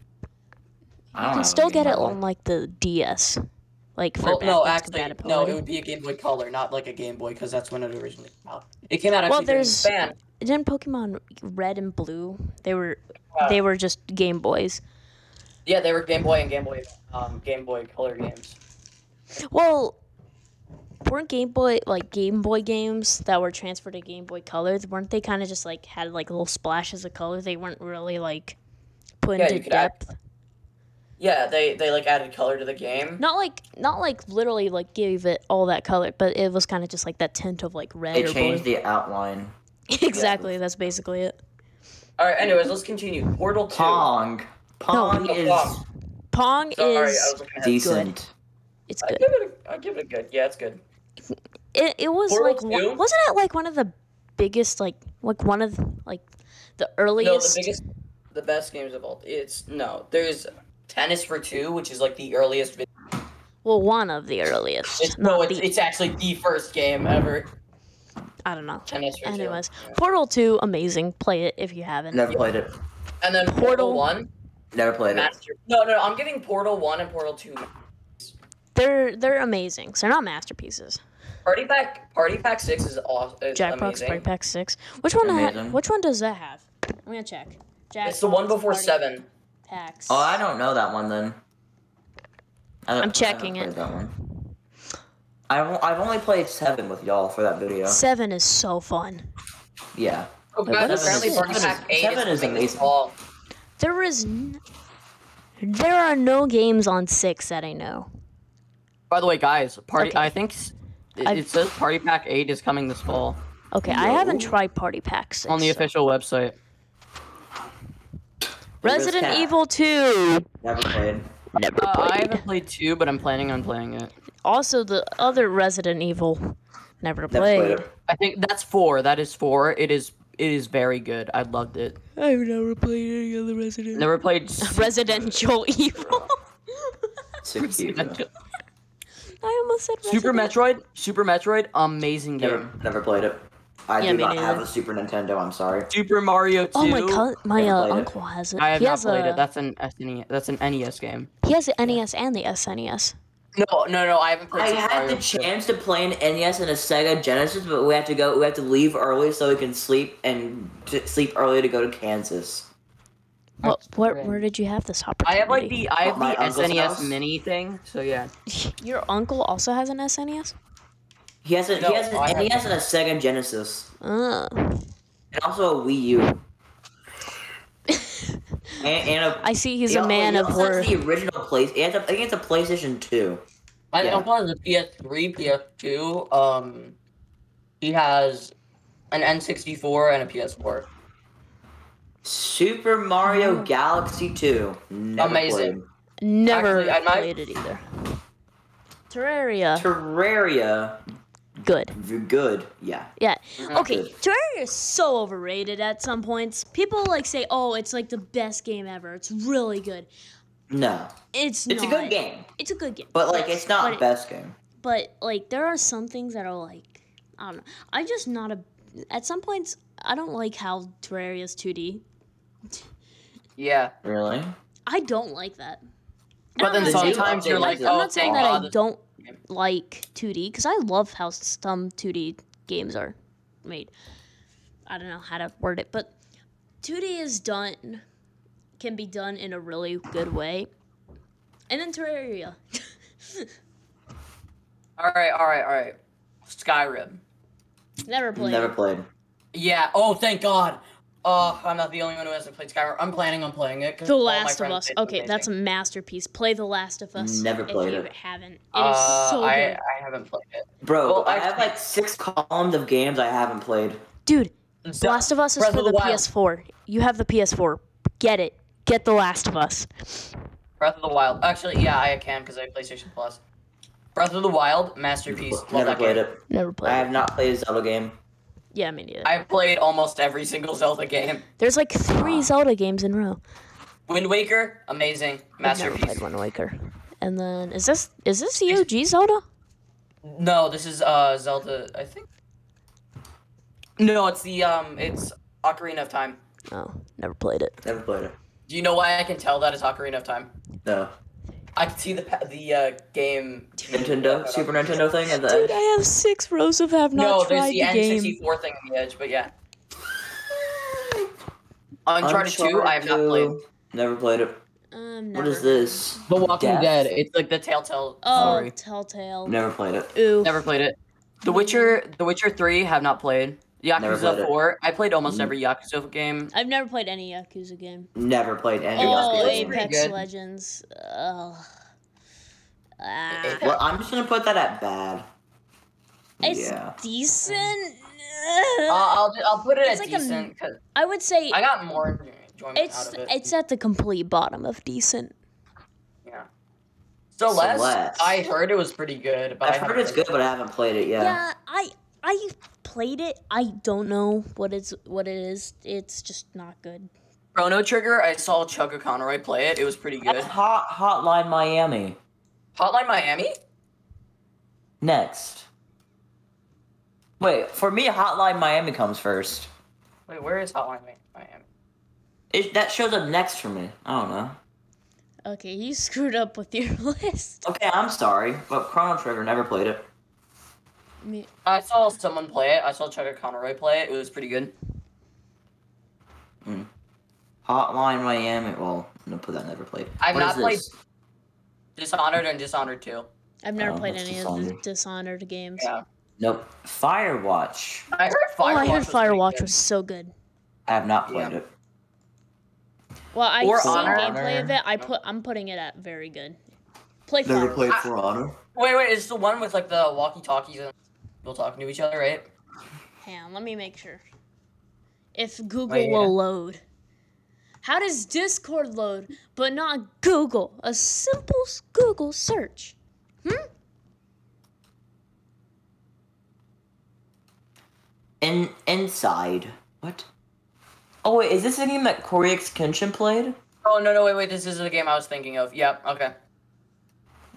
E: I don't
A: I
E: have
A: can still
E: any
A: get it
E: of
A: on like the DS, like for
C: Well, Oh, no,
A: backwards
C: actually, no.
A: compatibility.
C: It would be a Game Boy Color, not like a Game Boy, because that's when it originally came out. It came out actually
A: Well,
C: during the
A: there's-
C: span.
A: Didn't Pokemon Red and Blue? They were
C: Uh,
A: they were just Game Boys.
C: Yeah, they were Game Boy and Game Boy, um, Game Boy Color games.
A: Well, weren't Game Boy like Game Boy games that were transferred to Game Boy Color? Weren't they kind of just like had like little splashes of color? They weren't really like put
C: Yeah, you
A: into
C: could add-
A: depth.
C: Yeah, they they like added color to the game.
A: Not like not like literally like gave it all that color, but it was kind of just like that tint of like red
E: They
A: or
E: changed
A: blue.
E: the outline.
A: exactly, that's basically it.
C: All right. Anyways, let's continue. Portal Two.
E: Pong. Pong
C: No,
E: is
C: Pong.
A: Pong
C: Sorry, I
A: is
C: was looking at.
E: decent.
A: it's
C: I
A: good.
C: give it. A, I give it a good. Yeah, it's good.
A: It, it was
C: Portal
A: like one,
C: 2?
A: wasn't it like one of the biggest like like one of like the
C: No,
A: earliest
C: the biggest, the best games of all. It's no. There's Tennis for Two, which is like the earliest. vi-
A: well one of the earliest
C: It's,
A: not
C: no, it's,
A: the
C: it's actually the first game ever.
A: I don't know
C: Tennis for Two.
A: anyways Portal 2 amazing play it if you haven't
E: Never played it.
C: And then
A: Portal-
C: Portal One.
E: Never played it.
C: Master. No, no, I'm giving Portal One and Portal Two.
A: they're they're amazing so they're not masterpieces
C: Party Pack, Party Pack Six is awesome. Is
A: Jackbox
C: amazing.
A: Break Pack 6 which one ha-
E: Amazing.
A: which one does that have I'm gonna check Jackbox
C: It's the one before
A: Party
C: Seven.
A: packs.
E: Oh, I don't know that one then. I don't,
A: I'm checking
E: I haven't
A: it.
E: played That one. I've, o- I've only played seven with y'all for that video.
A: 7 is so fun
E: Yeah.
C: Oh,
E: Like,
C: guys,
A: what is
C: apparently
A: this?
C: Party
A: Seven
C: Pack
E: is-
C: Eight
E: Seven
C: is
E: is
C: coming this
E: amazing.
C: fall.
A: there is n- there are no games on 6 that I know
C: By the way, guys, Party.
A: Okay.
C: I think s- it,
A: I've-
C: it says Party Pack Eight is coming this fall
A: Okay, I haven't tried Party Pack 6.
C: on the official website.
A: Resident
E: Cat.
A: Evil 2.
E: Never played.
A: Never
C: Uh, I
A: played.
C: haven't played two, but I'm planning on playing it.
A: Also, the other Resident Evil. Never
E: Never played,
A: played.
E: it.
C: I think that's four. That is four. It is. It is very good. I loved it.
A: I've never played any other Resident
C: Never played. s-
A: Residential Evil.
E: Six years.
A: I almost said
C: Super
A: Resident-
C: Metroid. Super Metroid. Amazing game.
E: Never, never played it. I
A: Yeah,
E: do
A: me
E: not have
A: neither.
E: a Super Nintendo. I'm sorry.
C: Super Mario 2.
A: Oh my co- my
E: Never
A: uh,
E: played it.
A: uncle has it.
C: I have
A: he
C: not
A: has
C: played
A: a
C: it. That's an SNES. That's an NES game.
A: he has the NES and the E SNES.
C: No, no, no. I haven't played.
E: I had the chance to play an NES and a Sega Genesis, but we have to go. We have to leave early so we can sleep and t- sleep early to go to Kansas.
A: What, what
D: friend.
A: where did you have this
D: I
A: opportunity?
D: have like the I have
E: my
D: the
E: uncle's
C: E
D: SNES
E: house.
D: mini thing. So yeah.
A: Your uncle also has an E SNES.
E: He has a
C: No,
E: he has a,
C: I
E: and he has a Sega Genesis
A: Uh,
E: and also a Wii U. and, and a,
A: I see. He's
E: he
A: a
E: al-
A: man
E: he
A: of
E: also has
A: word.
E: The original place. He has a, I think it's a PlayStation Two.
C: My
E: Yeah.
C: uncle has a PS3, PS2. Um, he has an N64 and a PS4.
E: Super Mario
A: Oh.
E: Galaxy Two. Never
C: Amazing.
A: Never
C: Actually, I might-
A: played it either. Terraria,
E: Played. Terraria.
A: good.
E: v- Good. Yeah.
A: Yeah. Okay,
E: good.
A: Terraria is so overrated at some points. People like say, "Oh, it's like the best game ever. It's really good."
E: No.
A: It's
E: It's a
A: not.
E: good game,
A: It's a good game.
E: but like it's not
A: But it-
E: best game.
A: but like there are some things that are like I don't know. I just not a at some points I don't like how Terraria's 2D.
C: Yeah.
E: Really?
A: I don't like that. And
C: But
A: I'm
C: then
A: not saying-
C: sometimes you're
E: I'm
C: like,
E: not
A: I'm
C: oh,
A: not saying
C: thank
A: that
C: God.
A: I don't like 2D because I love how some 2D games are made. I don't know how to word it, but 2D is done can be done in a really good way. And then Terraria.
C: All right, all right, all right. Skyrim.
A: Never played.
E: Never
A: Never.
E: played.
C: Yeah. Oh, thank God. Uh, I'm not the only one who hasn't played Skyrim. I'm planning on playing it. 'cause
A: The
C: all my
A: Last of
C: friends
A: Us.
C: say it's
A: Okay, that's a
C: amazing. Uh,
A: masterpiece. Play The Last of Us.
E: Never
A: if
E: played
A: you
E: it.
A: haven't. It is
C: Uh,
A: so
C: I,
A: good.
C: I haven't played it.
E: Bro,
C: Well,
E: I
C: I've
E: have
C: played-
E: like six columns of games I haven't played.
A: Dude,
C: So-
A: The Last of Us is
C: Breath
A: for
C: of the
A: the
C: Wild.
A: PS4. You have the PS4. Get it. Get The Last of Us.
C: Breath of the Wild. Actually, yeah, I can because I have PlayStation Plus. Breath of the Wild, masterpiece. Love
E: Never
C: that
E: played
C: game.
E: it.
A: Never
E: I
A: played.
E: have not played a Zelda game.
A: Yeah, me neither.
C: I played almost every single Zelda game.
A: There's like three Zelda games in a row.
C: Wind Waker, amazing,
A: I've never played
C: masterpiece.
A: Wind Waker. And then is this is this the OG Zelda?
C: No, this is uh Zelda. I think. No, it's the um, it's Ocarina of Time.
A: Oh, never played it.
E: Never played it.
C: Do you know why I can tell that it's Ocarina of Time?
E: No.
C: I can see the pa- the uh, game.
E: Nintendo, Super Nintendo thing at the
A: Dude,
E: end.
A: I have six rows of have not
C: Uh, No, there's
A: tried
C: the
A: the game.
C: N64 thing on the edge, but yeah. Uncharted, 2, I have not
E: Uncharted
C: played.
E: 2, Never played it.
A: Um,
E: What is this?
F: The Walking
E: Death?
F: Dead. It's
C: It's like the Telltale.
A: Oh,
C: Sorry.
A: Telltale.
E: Never played it.
A: Ooh.
D: Never played it. The Witcher, The Witcher Three, have not played.
E: Never played
D: Yakuza
E: it. Mm.
D: Four, I played almost every Yakuza game.
A: I've never played any Yakuza game.
E: Never played any
A: Oh,
E: of these games.
D: pretty
A: Apex
D: good.
A: Legends. Ugh. Ah,
E: Well, I'm just gonna put that at bad.
A: it's
E: yeah.
A: decent.
C: Uh, I'll I'll put it
A: It's
C: at
A: like a-
C: decent 'cause
A: I would say
C: I got more enjoyment out
A: it's
C: of it.
A: it's at the complete bottom of decent.
C: yeah. Celeste,
E: Celeste.
C: I heard it was pretty good, but I
E: I've heard
C: haven't
E: it's
C: played
E: good, but I haven't played it yet.
A: Yeah, I I played it. I don't know what it's what it is. It's just not good.
C: Chrono Trigger, I saw Chugga Conroy play it. It was pretty good.
E: That's Hot Hotline Miami.
C: Hotline Miami?
E: Next. Wait, for me, Hotline Miami comes first.
C: Wait, where is Hotline Mi- Miami?
E: It, that shows up next for me. I don't know.
A: Okay, you screwed up with your list.
E: Okay, I'm sorry, but Chrono Trigger never played it.
A: Me-
C: I saw someone play it. I saw Chugga Conroy play it. It was pretty good.
E: Hotline Miami. Well, no, put that never played.
C: I've
E: What is
C: not played-
E: this?
C: Dishonored and Dishonored 2.
A: I've never
E: Oh,
A: played
E: that's
A: any of the
E: Dishonored.
A: Dishonored games.
C: Yeah.
E: Nope. Firewatch.
C: I heard Firewatch.
A: Oh, I heard
C: was pretty
A: Firewatch
C: good.
A: was so good.
E: I have not played
C: Yeah.
E: it.
A: Well, I've
C: Or
A: seen
C: Honor.
A: gameplay of it. I put I'm putting it at very good. Play Firewatch.
E: played
C: I-
E: For Honor.
C: Wait, wait, it's the one with like the walkie talkies and people talking to each other, right?
A: Hang on, let me make sure. If Google
C: Wait, yeah.
A: will load. How does Discord load, but not Google? A simple s- Google search.
E: In Inside. What? Oh wait, is this a game that Corey X Kenshin played?
C: Oh no, no, wait, wait, this is the game I was thinking of. Yeah, okay.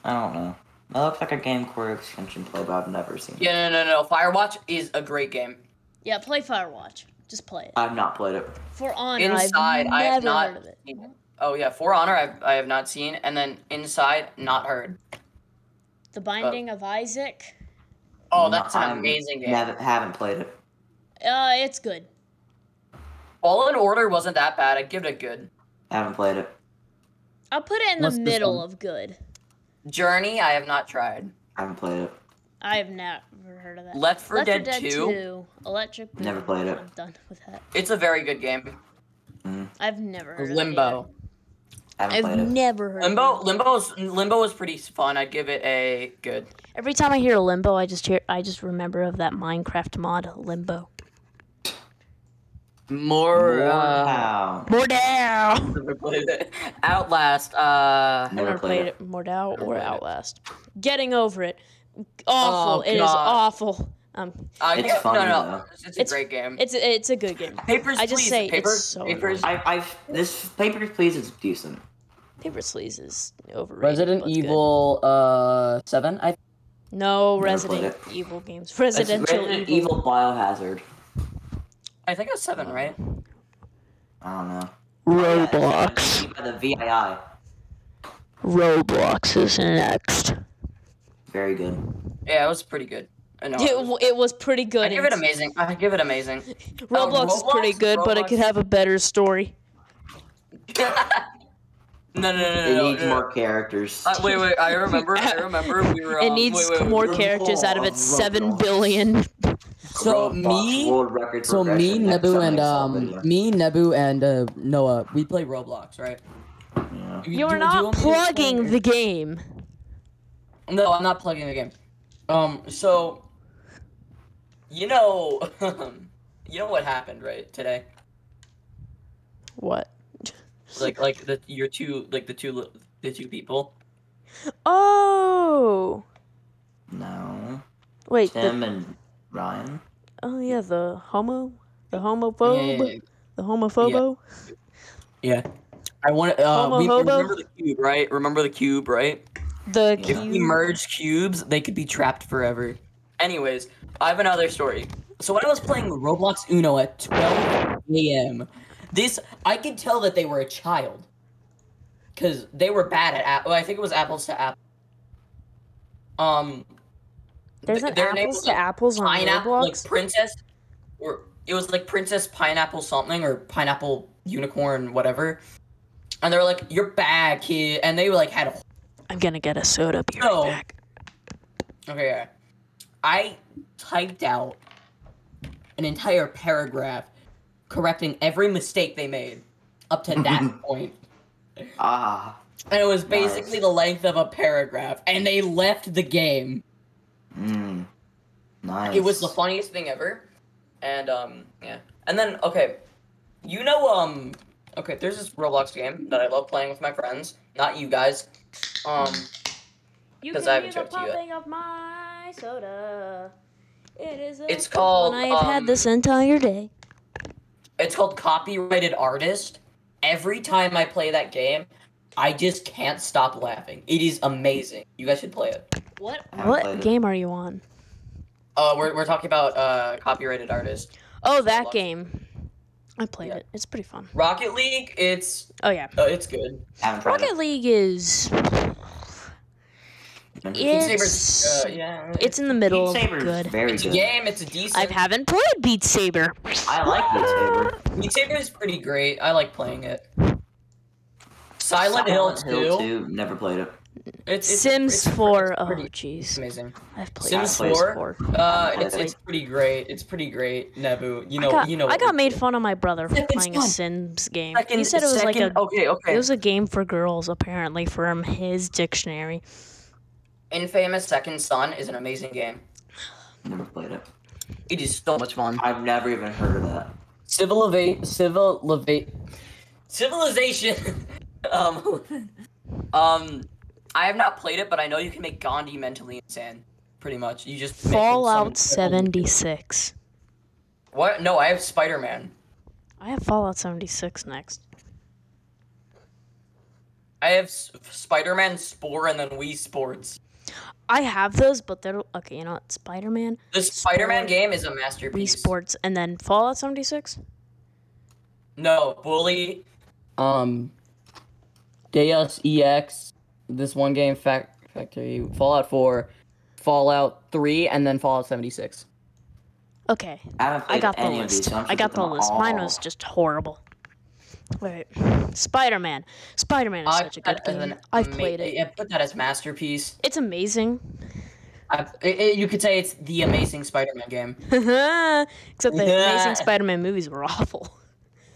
E: I don't know. That looks like a game Corey X Kenshin played, but I've never seen. it.
C: Yeah, no, no, no. Firewatch is a great game.
A: Yeah, play Firewatch. Just play it.
E: I've not played it.
A: For honor,
C: Inside,
A: I've
C: I have
A: never
C: not
A: heard of it.
C: seen it. Oh yeah, For Honor, I've, I have not seen, and then Inside, not heard.
A: The Binding of Isaac.
C: Oh, that's
E: I'm-
C: an amazing game.
E: Haven't, haven't played it.
A: Uh, it's good.
C: Fallen Order wasn't that bad. I'd give it a good.
E: I haven't played it.
K: I'll put it in
F: What's
K: the
F: this
K: middle
F: one?
K: of good.
D: Journey, I have not tried.
E: I haven't played it.
K: I have never heard of that.
D: Left 4
K: Left 4
D: Dead, 2.
K: Electric.
E: Never
K: Boogaloo.
E: played it.
K: I'm done with that.
D: It's a very good game.
K: I've never heard
D: Limbo.
E: I haven't
A: I've
E: played it.
A: never heard. of
D: Limbo,
A: it.
D: Limbo is Limbo is pretty fun. I'd give it a good.
A: Every time I hear Limbo, I just hear, I just remember of that Minecraft mod, Limbo.
D: More. Uh,
E: Wow.
A: Mordau.
D: never played it. Outlast. Uh,
A: I
E: Never
A: never
E: played
A: played
E: it.
A: it. Mordau
D: Never
A: or
D: played it.
A: Outlast. Getting over it. Awful.
D: Oh,
A: it is
D: God.
A: awful. Um,
D: I
E: It's
D: think-
E: funny,
D: no, no,
E: though.
D: It's, it's
A: It's-
D: a great game.
A: it's it's a good game.
D: papers,
A: I just
D: please.
A: say it's
D: papers,
A: so
D: papers.
E: I, I've this Papers Please is decent.
A: Paper Sleaze is overrated.
F: Resident
A: but good.
F: Evil uh seven. I
A: No
E: Never played
A: Resident Evil games. Residential
E: Resident
A: Evil.
E: Evil Biohazard.
D: I think it was seven, right?
E: Uh, I don't know.
A: Roblox.
E: By the VII.
A: Roblox is next.
E: Very good.
D: Yeah, it was pretty good. I know.
A: It,
D: it was-
A: w- it was pretty good.
D: I give it
A: and
D: amazing. I give it amazing.
A: Roblox is pretty
D: Roblox?
A: good, but it could
D: Roblox?
A: have a better story.
D: no, no, no, no,
E: It
D: no,
E: needs
D: no.
E: more characters.
D: Uh, wait, wait. I remember. I remember. We were.
A: It
D: um,
A: needs
D: wait, wait, wait,
A: more
D: we were-
A: characters out of its
E: Roblox.
A: seven billion.
F: so
E: Roblox
F: me-
E: World record
F: so me,
E: progression. That's
F: Nebu,
E: something
F: and
E: something.
F: um me, Nebu, and uh Noah. We play Roblox, right?
E: Yeah.
F: Do- do-
A: You're
F: do
A: not
F: want me to explain
A: plugging
F: it?
A: the game.
C: No, I'm not plugging the game. Um, so you know, you know what happened right today?
A: What?
C: Like, like the your two, like the two, li- the two people.
A: Oh,
E: No.
A: wait. The,
E: Tim and Ryan.
A: oh yeah, the homo, the
F: Yeah,
A: homophobe,
F: yeah, yeah.
A: the homophobo.
C: I want to. Uh,
A: Homo
C: we,
A: hobo?
C: remember the cube, right? Remember the cube, right?
A: The
E: Yeah.
C: If we
A: cute.
C: merge cubes, they could be trapped forever. Anyways, I have another story. So when I was playing Roblox Uno at 12 a.m., this I could tell that they were a child, cause they were bad at. app- Well, I think it was apples to apples. Um,
A: There's
C: th-
A: an
C: their name
A: apples
C: was,
A: to
C: like,
A: apples on
C: pineapple, like
A: Roblox.
C: princess, or it was like princess pineapple something or pineapple unicorn whatever, and they were like, "You're bad, kid," and they like had a
A: I'm gonna get a soda. Be right
C: No.
A: back.
C: Okay, yeah. I typed out an entire paragraph correcting every mistake they made up to that point.
E: Ah.
C: And it was basically
E: Nice.
C: the length of a paragraph. And they left the game.
E: Mm. Nice.
C: It was the funniest thing ever. And um yeah. And then okay. You know um okay, there's this Roblox game that I love playing with my friends. Not you guys. Um
K: You
C: 'Cause
K: can
C: I
K: hear the
C: haven't talked to you yet.
K: popping of my soda. It is. A
C: it's called
A: And I've
C: um,
A: had this entire day.
C: It's called Copyrighted Artist. Every time I play that game, I just can't stop laughing. It is amazing. You guys should play it.
K: what?
E: I haven't played
A: What
E: it.
A: game are you on?
C: Uh, we're, we're talking about uh, Copyrighted Artist.
A: Oh, that
C: Roblox.
A: game. I played
C: Yeah.
A: it. It's pretty fun.
C: Rocket League, it's
A: Oh yeah.
C: uh, it's good.
E: I haven't tried
A: Rocket League is
E: it. Beat
A: it's
C: Saber's, uh, yeah.
A: it's in the middle of
E: Saber is
A: good.
E: very
C: It's a
E: good.
C: game. It's a decent.
A: I haven't played Beat Saber.
E: I like Beat Saber.
C: Beat Saber is pretty great. I like playing it. Silent, Hill 2.
E: Never played it.
C: It's, it's
A: Sims
C: it's pretty-
A: 4.
C: it's
A: Oh
C: pretty
A: jeez,
C: amazing.
A: I've played
C: Sims
A: Sims
E: 4?
A: 4.
C: Uh,
E: haven't
C: it's,
E: played it.
C: it's pretty great. It's pretty great. Nebu, you
A: I
C: know,
A: got,
C: you know.
A: I
C: what
A: got
C: we-
A: made fun of my brother for
C: Second
A: playing a
C: one. oh,
A: Sims game.
D: Second,
A: he said it was like
D: second-
A: a
D: Okay, okay.
A: it was a game for girls apparently from his dictionary.
C: Infamous Second Son is an amazing game.
E: Never played it.
C: It is so much fun.
E: I've never even heard of that.
F: Civilivate, civil, levate.
C: Civilization. um, um, I have not played it, but I know you can make Gandhi mentally insane. Pretty much, you just make him summon-
A: Fallout 76.
C: What? No, I have Spider Man.
A: I have Fallout 76 next.
C: I have Spider Man Spore and then Wii Sports.
A: I have those, but they're okay. You know what? Spider Man,
C: The Spider Man
A: Spore.
C: game is a
A: Wii
C: masterpiece.
A: Sports, and then Fallout 76.
C: No, Bully.
F: Um, Deus Ex. This one game, Fact Factory, Fallout Four, Fallout Three, and then Fallout seventy six.
A: Okay,
E: I haven't played
A: I got the
E: any of these.
A: list.
E: so I'm
A: I got
E: forgetting
A: the list. Mine
E: all.
A: was just horrible. Wait. Spider Man. Spider Man is
C: I
A: such a
C: put that
A: good
C: as
A: game.
C: an
A: I've
C: ama-
A: played it.
C: I put that as masterpiece.
A: It's amazing.
C: I, i i- you could say it's the amazing Spider-Man game.
A: Except the
C: Yeah.
A: amazing Spider Man movies were awful.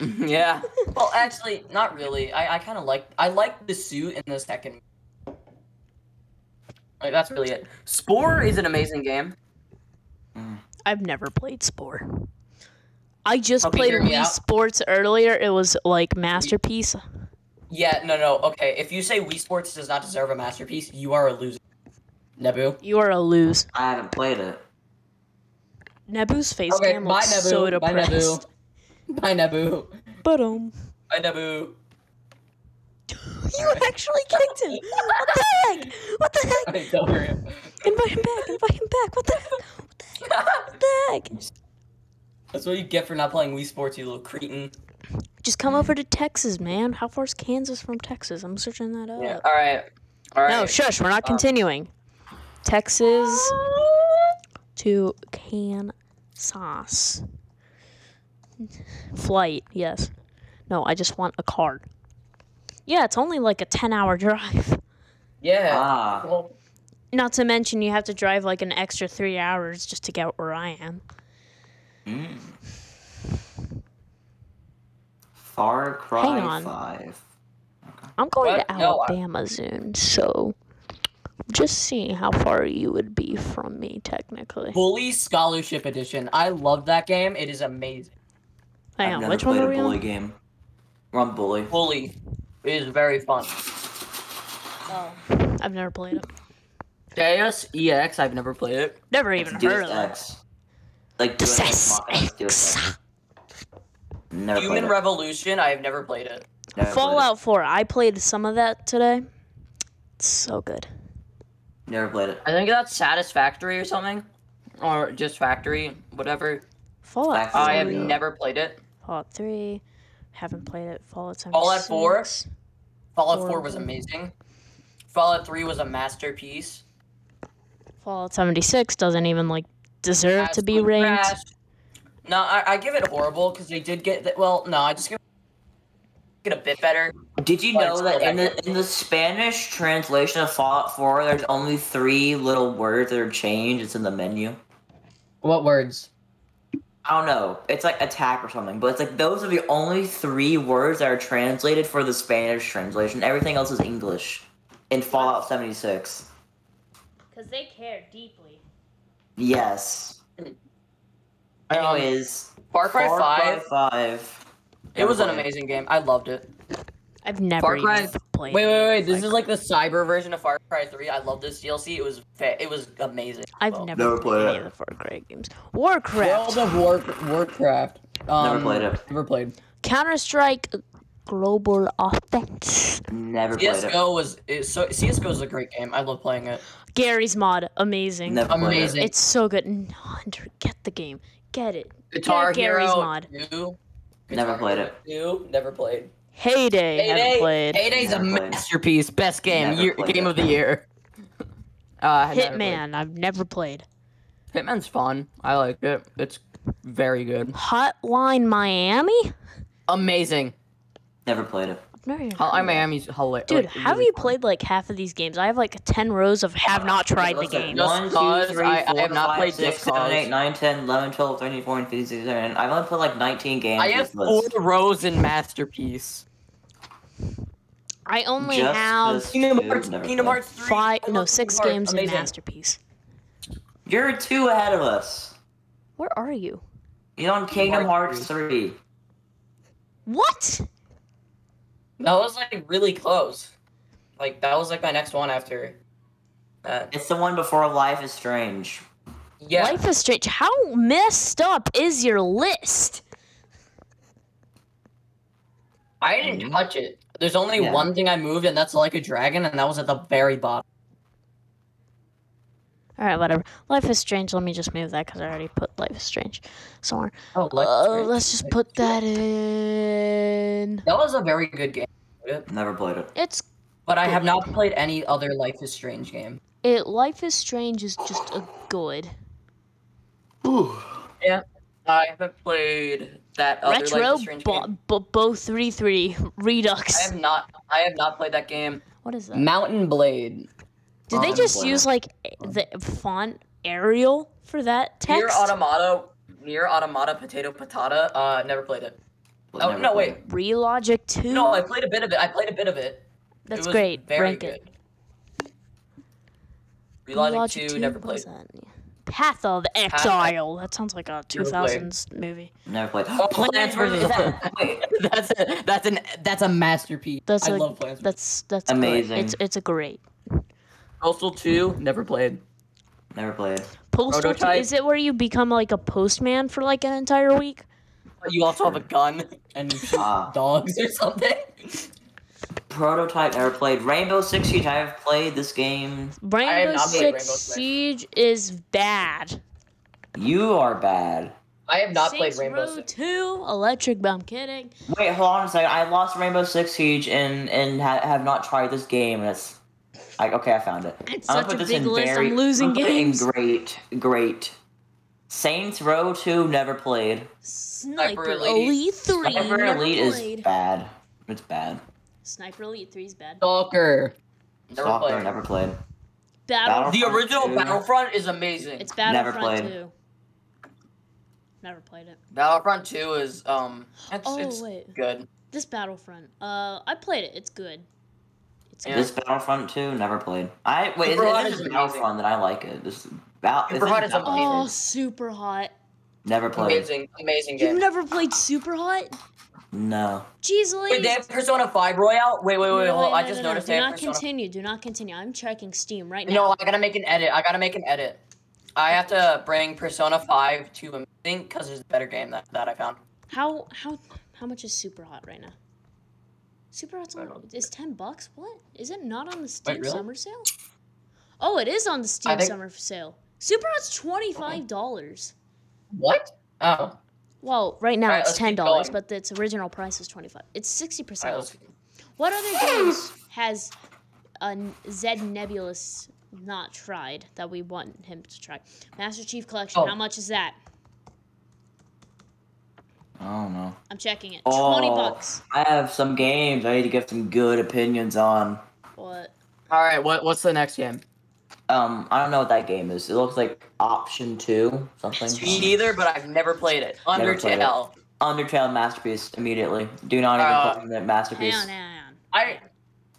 D: yeah.
C: well, actually, not really. I, I kind of like I like the suit in the second. Like that's really it.
D: Spore is an amazing game.
A: I've never played Spore. I just
C: Okay,
A: played
C: hear me
A: Wii
C: out.
A: Sports earlier. It was like masterpiece.
C: Yeah, no, no. Okay, if you say Wii Sports does not deserve a masterpiece, you are a loser. Nebu.
A: You are a lose.
E: I haven't played it.
A: Nebu's face
C: Okay,
A: cam
C: bye,
A: looks
C: Nebu.
A: so
C: Bye, Nebu.
A: depressed.
C: Bye, Nebu.
A: But um,
C: Bye, Nebu.
A: you actually kicked him. What the heck? What the heck?
C: Okay, don't worry.
A: Invite him back. Invite him back. What the heck? What the heck?
C: That's what you get for not playing Wii Sports, you little cretin.
A: Just come over to Texas, man. How far is Kansas from Texas? I'm searching that up.
D: All right. All right.
A: No, shush. We're not
C: Um,
A: continuing. Texas to Kansas. Flight, yes. No, I just want a card. Yeah, it's only like a 10 hour drive.
C: Yeah.
E: Ah,
C: Well,
A: Not to mention, you have to drive like an extra three hours just to get where I am.
E: hmm. Far
A: Hang
E: Cry
A: on.
E: Five.
A: I'm going
C: What?
A: to
C: No, I-
A: Alabama soon, so just seeing how far you would be from me, technically.
C: Bully Scholarship Edition. I love that game. It is amazing.
A: Hang
E: I've
A: on,
E: never
A: which one
E: played
A: are
E: a
A: we
E: bully
A: on?
E: game. We're on bully.
C: Bully is very fun.
A: I've never played it.
D: Deus
C: E
D: EX. I've never played it.
A: Never even heard of
E: Deus
A: it.
E: Ex. Like Deus Ex
A: Deus
E: Machina. Deus Ex. Never played
C: Human
E: it.
C: Revolution. I have never played it.
E: Never played it.
A: Fallout 4. I played some of that today. It's so good.
E: Never played it.
D: I think that's Satisfactory or something, or just Factory, whatever.
A: Fallout.
E: Back
D: I have
E: Oh, Yeah.
D: never played it.
A: Fallout 3. Haven't played it. Fallout 76.
C: Fallout 4? Fallout 4 was
A: Horrible.
C: amazing. Fallout 3 was a masterpiece.
A: Fallout 76 doesn't even like deserve to be
D: Absolute
A: ranked.
D: trash.
C: No, I, I give it horrible because they did get. The, well, no, I just give it a bit better.
E: Did you
C: But
E: know
C: it's
E: that
C: still
E: in the in the Spanish translation of Fallout 4, there's only three little words that are changed. It's in the menu.
F: What words?
E: I don't know. It's like attack or something, but it's like those are the only three words that are translated for the Spanish translation. Everything else is English in Fallout 76.
K: Because they care deeply.
E: Yes. Anyways,
C: Um, Far Cry
E: Far Cry
C: 5.
E: 5.
C: It was an amazing game. I loved it.
A: I've never
D: Far Cry-
A: even played
F: Wait,
A: it.
F: wait, wait. This
C: This
F: is
C: is like the cyber version of Far Cry 3. I love this DLC. It was fa- it was amazing.
A: I've
C: Well,
A: never,
E: Never
A: played
E: played
A: any of
E: it.
A: the Far Cry games. Warcraft.
F: World of War- Warcraft. Um,
E: played it.
F: Never played.
A: Counter Strike Global Offense.
E: Never played it.
C: CS:GO was is so CS:GO is a great game. I love playing it.
A: Gary's mod. Amazing.
E: Never
C: Amazing.
A: It's so good. No, Hunter, get the game. Get it.
D: Guitar
A: get Gary's
D: Hero.
A: mod.
C: Two,
E: Never played it.
C: two, never played.
A: Heyday. Haven't played.
F: Heyday's a
E: Never played.
F: masterpiece. Best game.
E: Never
F: Year,
E: played
F: game
E: it.
F: of the year. Uh, I never played.
A: Hitman. I've never played.
F: Hitman's fun. I like it. It's very good.
A: Hotline Miami?
F: Amazing.
E: Never played it.
A: I've never even
F: Hot- I Miami's hilarious.
A: Dude, how have you played like half of these games? I have like 10 rows of have not tried the
E: Listen,
A: game.
F: Just
E: one, two,
F: Cause,
E: three,
F: I- I
E: four,
F: have not
E: five,
F: played
E: six,
F: Just
E: seven,
F: Cause.
E: eight, nine, 10, 11, 12, 13, 14, 15, 16, 17. I've only played like 19 games.
F: I
E: on
F: have
E: this list.
F: four rows in masterpiece.
A: I only
E: Just
A: have
E: this
C: Kingdom
E: two,
C: Hearts,
E: never
C: Kingdom
E: played.
C: Hearts 3.
A: five,
C: I
A: no,
C: love
A: six
C: Kingdom
A: games
C: Hearts.
A: in
C: Amazing.
A: Masterpiece.
E: You're two ahead of us.
A: Where are you?
E: He's on Kingdom Hearts 3.
A: What?
C: That was like really close. Like that was like my next one after. that.
E: It's the one before Life is Strange.
C: yeah,
A: Life is strange. How messed up is your list?
C: I didn't touch it. There's only
E: Yeah.
C: one thing I moved, and that's like a dragon, and that was at the very bottom.
A: All right, whatever. Life is strange. Let me just move that because I already put Life is strange somewhere.
C: Oh,
A: Uh, let's just put that in.
C: That was a very good game,
E: Never played it.
A: It's
C: but I have not played any other Life is Strange game.
A: it. Life is strange is just a good.
D: I haven't played
C: that other
A: Retro
C: Oh, Life is Strange
A: bo-
C: game.
A: bo- bo three three
C: I
A: Redux.
C: have not. I have not played that game.
A: What is that?
D: Mountain Blade.
A: Did they just use like the font Arial for that
C: Near
A: text?
C: Automata. Near Automata. Potato Patata. Uh, never played it. Oh
E: never
C: no,
E: played
C: wait.
A: Relogic two.
C: No, I played a bit of it. I played a bit of it. It
A: That's
C: was
A: great.
C: Very
A: Rank
C: good.
A: it.
C: Relogic,
A: Relogic
C: 2,
A: two.
C: Never
A: what
C: played.
A: was that? Yeah. Path of Exile. That sounds like a two
C: played.
A: thousands movie.
E: Never played.
C: Oh,
D: Plants vs.
C: Wait,
D: That's a, that's an that's a masterpiece.
A: That's
D: I
A: a-
D: love Plants. vs.
A: That's that's
E: Amazing.
A: Great. It's it's a great
D: Postal Two. Never played.
E: Never played.
A: postal. Two,
C: Prototype.
A: is it where you become like a postman for like an entire week?
D: You also have a gun and you shoot
E: Ah.
D: dogs or something.
E: Prototype never played. Rainbow Six Siege. I have played this game.
A: Rainbow
C: not played
A: Six
C: Rainbow Six.
A: Siege is bad.
E: You are bad.
C: I have not played
A: Saints
C: Rainbow
A: Row
C: Six.
A: Two Electric. But I'm kidding.
E: Wait, hold on a second. I lost Rainbow Six Siege and and ha- have not tried this game. That's I, okay. I found it.
A: It's
E: I'm gonna
A: such a
E: put this
A: big
E: in
A: list.
E: very-
A: I'm losing
E: gonna put it in
A: games.
E: Great, great. Saints Row Two never played.
A: Sniper
C: Elite.
A: Elite Three.
E: Sniper
A: never
E: Elite
A: played.
E: is bad. It's bad.
A: Sniper Elite Three is bad.
D: Stalker.
C: Never
E: Soccer
C: played.
E: never played.
A: Battle.
C: The original
E: Two.
C: Battlefront is amazing.
A: It's Battlefront
E: played.
A: Two. Never played it.
C: Battlefront 2 is um it's,
A: Oh,
C: it's
A: wait.
C: good.
A: This Battlefront. Uh, I played it. It's good. It's
C: Yeah.
A: good.
E: This Battlefront Two never played. I wait. Is,
C: Superhot
E: it- this is
C: is amazing.
E: Battlefront that I like it. This Bal- is
C: Superhot
E: this
C: is amazing.
A: Oh, super hot.
E: Never played.
C: Amazing, amazing
A: You've
C: game.
A: never played super hot?
E: No.
A: Jeez,
C: Wait,
A: ladies.
C: they have Persona 5 Royale? Wait, wait,
A: No,
C: wait,
A: no,
C: hold on. I
A: no,
C: just
A: no, no.
C: noticed
A: Do
C: they have
A: not
C: Persona
A: continue. Do not continue. I'm checking Steam right
C: No,
A: now.
C: I gotta make an edit. I gotta make an edit. I have to bring Persona 5 to Amazing because it's a better game that, that I found.
A: How how how much is super hot right now? Super hot's on, is ten bucks. What is it not on the Steam
D: really?
A: summer sale? Oh, it is on the Steam
C: think- Uh-huh.
A: summer sale. Super hot's twenty five dollars.
C: What? Oh.
A: Well, right now
C: Alright,
A: it's
C: let's keep
A: ten dollars,
C: going.
A: but its original price was twenty five. It's sixty percent
C: Alright,
A: off.
C: let's-
A: What other games has a Zed Nebulous not tried that we want him to try? Master Chief Collection.
C: Oh.
A: How much is that?
E: I don't know.
A: I'm checking it.
E: Oh.
A: Twenty bucks.
E: I have some games I need to give some good opinions on.
A: What?
D: All right. What what's the next game?
E: Um, I don't know what that game is. It looks like Option Two, something.
C: Me neither, but I've never played it.
E: Never played it.
C: Undertale.
E: Undertale masterpiece immediately. Do not even
C: Uh,
E: put in that
A: Hang
E: masterpiece.
A: on, hang on.
C: I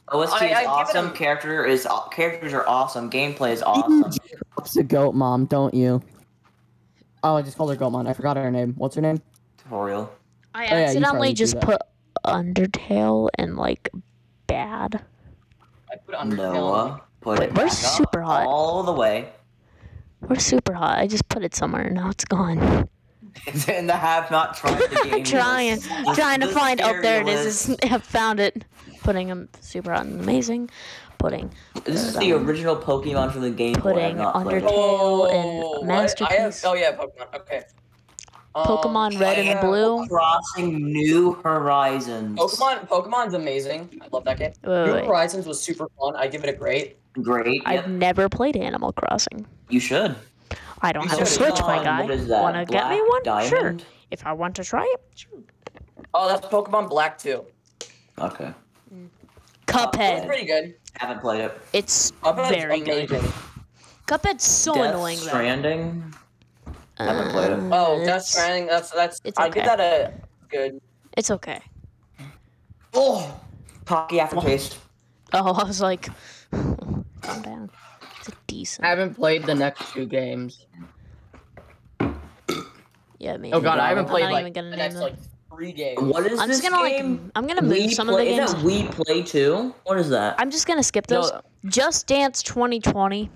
E: OST
C: I-
E: is
C: I give it
E: awesome.
C: a-
E: Character is aw- characters are awesome. Gameplay is awesome.
D: It's a goat mom, don't you? Oh, I just called her goat mom. I forgot her name. What's her name?
E: Tutorial.
A: I
D: yeah, you
A: accidentally
D: probably do
A: just
D: that.
A: put Undertale and like bad.
C: I put Undertale.
E: Noah. Put
A: Wait,
E: it
A: where's
E: back up
A: Super Hot?
E: all the way.
A: We're super hot. I just put it somewhere and now it's gone.
E: and I have not tried the game.
A: I'm trying,
E: list. This-
A: trying to
E: this
A: find. Oh,
E: scary
A: there it is.
E: list.
A: It's, I found it. Putting um, super hot and amazing. Putting
E: This is the original Pokemon from the game. Boy. I have
A: Putting
E: not played it.
A: Undertale.
C: Oh,
A: and
C: what? I have,
A: Masterpiece.
C: oh yeah, Pokemon. Okay. Um,
A: Pokemon Red
E: Oh,
C: I
A: and
C: have-
A: Blue.
E: Crossing New Horizons.
C: Pokemon. Pokemon's amazing. I love that game.
A: Wait,
C: New
A: wait, wait.
C: Horizons was super fun. I give it a great.
E: Great.
A: I've
E: Yep,
A: never played Animal Crossing.
E: you should.
A: I don't
C: You
A: have a
C: should.
A: Switch, my
E: Um,
A: guy.
E: what is that,
A: Wanna get me
E: Black
A: one? Sure.
E: Diamond? Uh,
A: If I want to try it, sure.
C: Oh, that's Pokemon Black too.
E: Okay.
C: It's
A: Cuphead.
C: pretty good.
E: Haven't played it.
A: It's
C: Cuphead's
A: very good.
C: amazing.
A: Cuphead's so
E: Death
A: annoying though. Uh,
E: Stranding. Haven't played it.
C: Oh, Death
A: that's
C: Stranding. That's that's.
A: it's
C: I
A: okay.
C: give that a good.
A: It's okay.
E: Oh, cocky aftertaste.
A: Oh, I was like, calm down. It's a decent.
D: I haven't played the next two games.
A: yeah, me.
D: Oh god, I haven't
A: I'm
D: played
A: not
D: like
A: even gonna
D: the
A: name
D: next
A: them.
D: like three games.
E: What is
A: I'm
E: this
A: just gonna like.
E: game?
A: m- I'm gonna move
E: we
A: some of the
E: play,
A: games.
E: Is that We Play Two? What is that?
A: I'm just gonna skip
D: No.
A: those. Just Dance 2020.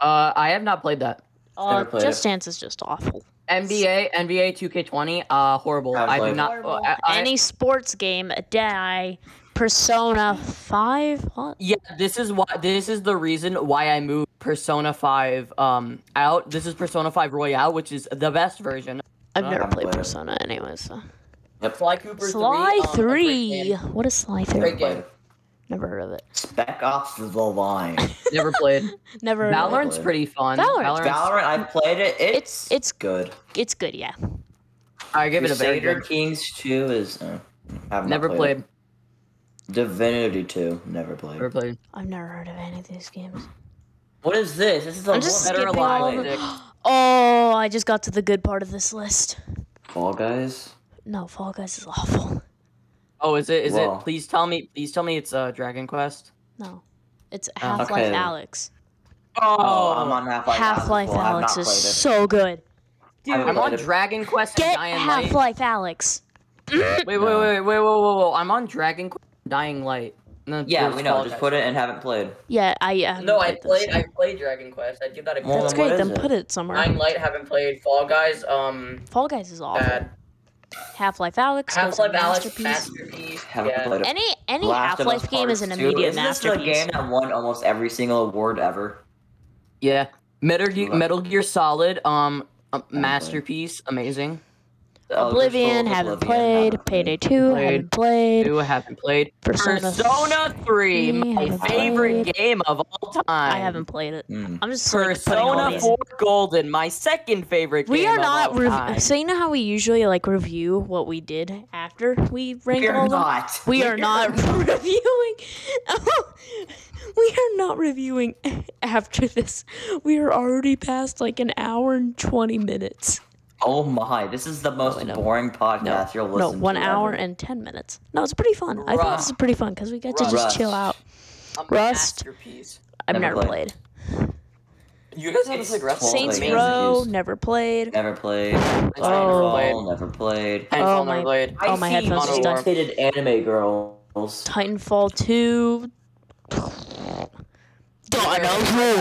D: Uh, I have not played that.
A: Uh,
E: played
A: Just Dance is just awful.
D: NBA, NBA 2K20, uh, horrible.
E: Haven't
D: I
E: played
D: do
E: it.
D: not. uh, I, I-
A: Any sports game, a die. Persona 5. What?
D: yeah, this is why. This is the reason why I moved Persona 5 um out. This is Persona 5 Royale, which is the best version.
A: I've
E: I
A: never
E: haven't
A: played
E: played it.
A: Persona anyway. So.
C: Sly Cooper
A: Sly
C: um, a great
A: 3.
C: game.
A: What is Sly 3?
C: Great game.
A: Never heard of it.
E: Spec Ops: The Line.
D: Never played.
A: Never heard of it.
D: Valorant's pretty fun.
A: Valorant's
D: Valorant's
E: Valorant. I played it. It's
A: It's it's
E: good.
A: it's good, yeah.
F: I give it a very
E: Crusader
F: good.
E: Kings 2 is. Uh, I've not
F: Never
E: played.
F: played.
E: it. Divinity 2, never played.
F: Never played.
A: I've never heard of any of these games.
E: What is this? This is a
A: I'm just
E: woman.
A: skipping
F: Better
A: all
F: Alive.
A: of them.
F: Isaac.
A: Oh, I just got to the good part of this list.
E: Fall Guys.
A: No, Fall Guys is awful.
F: Oh, is it? Is
E: Whoa.
F: it? Please tell me. Please tell me it's uh, Dragon Quest.
A: No, it's Half Life
E: Okay.
A: Alex.
E: Oh, I'm on Half Life.
A: Half Life Alex is so good.
F: Dude,
E: haven't
F: I'm on
E: played it.
F: Dragon Quest and
A: Get
F: Dying
A: Half Life
F: Light.
A: Alex.
F: Wait, wait,
E: No.
F: wait, wait, whoa, whoa, whoa! I'm on Dragon Quest, and Dying Light. And then
E: Yeah,
F: there's
E: we know.
F: Fall
E: Just
F: Guys.
E: put it and haven't played.
A: Yeah, I. Um,
D: No, I played. I played Dragon Quest. I give that a
E: Well,
A: That's
E: What
A: great.
E: is
A: Then
E: it?
A: put it somewhere.
D: Nine Light haven't played Fall Guys. Um,
A: Fall Guys is awful.
D: bad.
A: Half Life Alex. was a
D: Half Life Alex
A: masterpiece.
D: masterpiece.
E: Haven't
D: Yeah.
E: played it.
A: Any any
E: Last
A: Half
E: of Us
A: Life game
E: Part
A: is an
E: Two.
A: immediate
E: Isn't this
A: masterpiece.
E: the game that won almost every single award ever?
F: Yeah, Metal Gear,
E: Love.
F: Metal Gear Solid. Um, a masterpiece, amazing.
E: Elder
A: Oblivion,
E: Scrolls
A: haven't
E: Oh, Oblivion,
A: played.
E: haven't
A: Payday 2, haven't played.
F: Who haven't played
A: Persona
F: Persona Three, my
A: haven't
F: favorite
A: played.
F: game of all time.
A: I haven't played it.
E: Hmm.
A: I'm just like, putting all
F: Persona
A: these-
F: Four Golden, my second favorite.
A: We
F: game
A: are
F: of
A: not.
F: all
A: Rev-
F: time.
A: so you know how we usually like review what we did after we rank all of them. We are not reviewing. we are not reviewing after this. We are already past like an hour and twenty minutes.
E: Oh my! This is the most
A: Oh, no.
E: boring
A: No,
E: podcast you'll
A: no,
E: listen to.
A: one hour
E: ever.
A: and ten minutes. No, it's pretty fun. I thought this is pretty fun because we got to just chill out.
E: Rust.
D: A
A: Rust.
D: Masterpiece.
A: I've
E: Never
A: never,
E: played.
A: played.
D: You guys haven't played Rust.
E: Well,
A: Saints
E: like,
A: Row,
E: excuse.
A: never played.
E: Never played.
A: Oh.
E: Titanfall, never played.
A: Oh
D: Titanfall
A: my-
D: never played.
A: Oh, my headphones are stuck.
E: Hated anime girls.
A: Titanfall 2.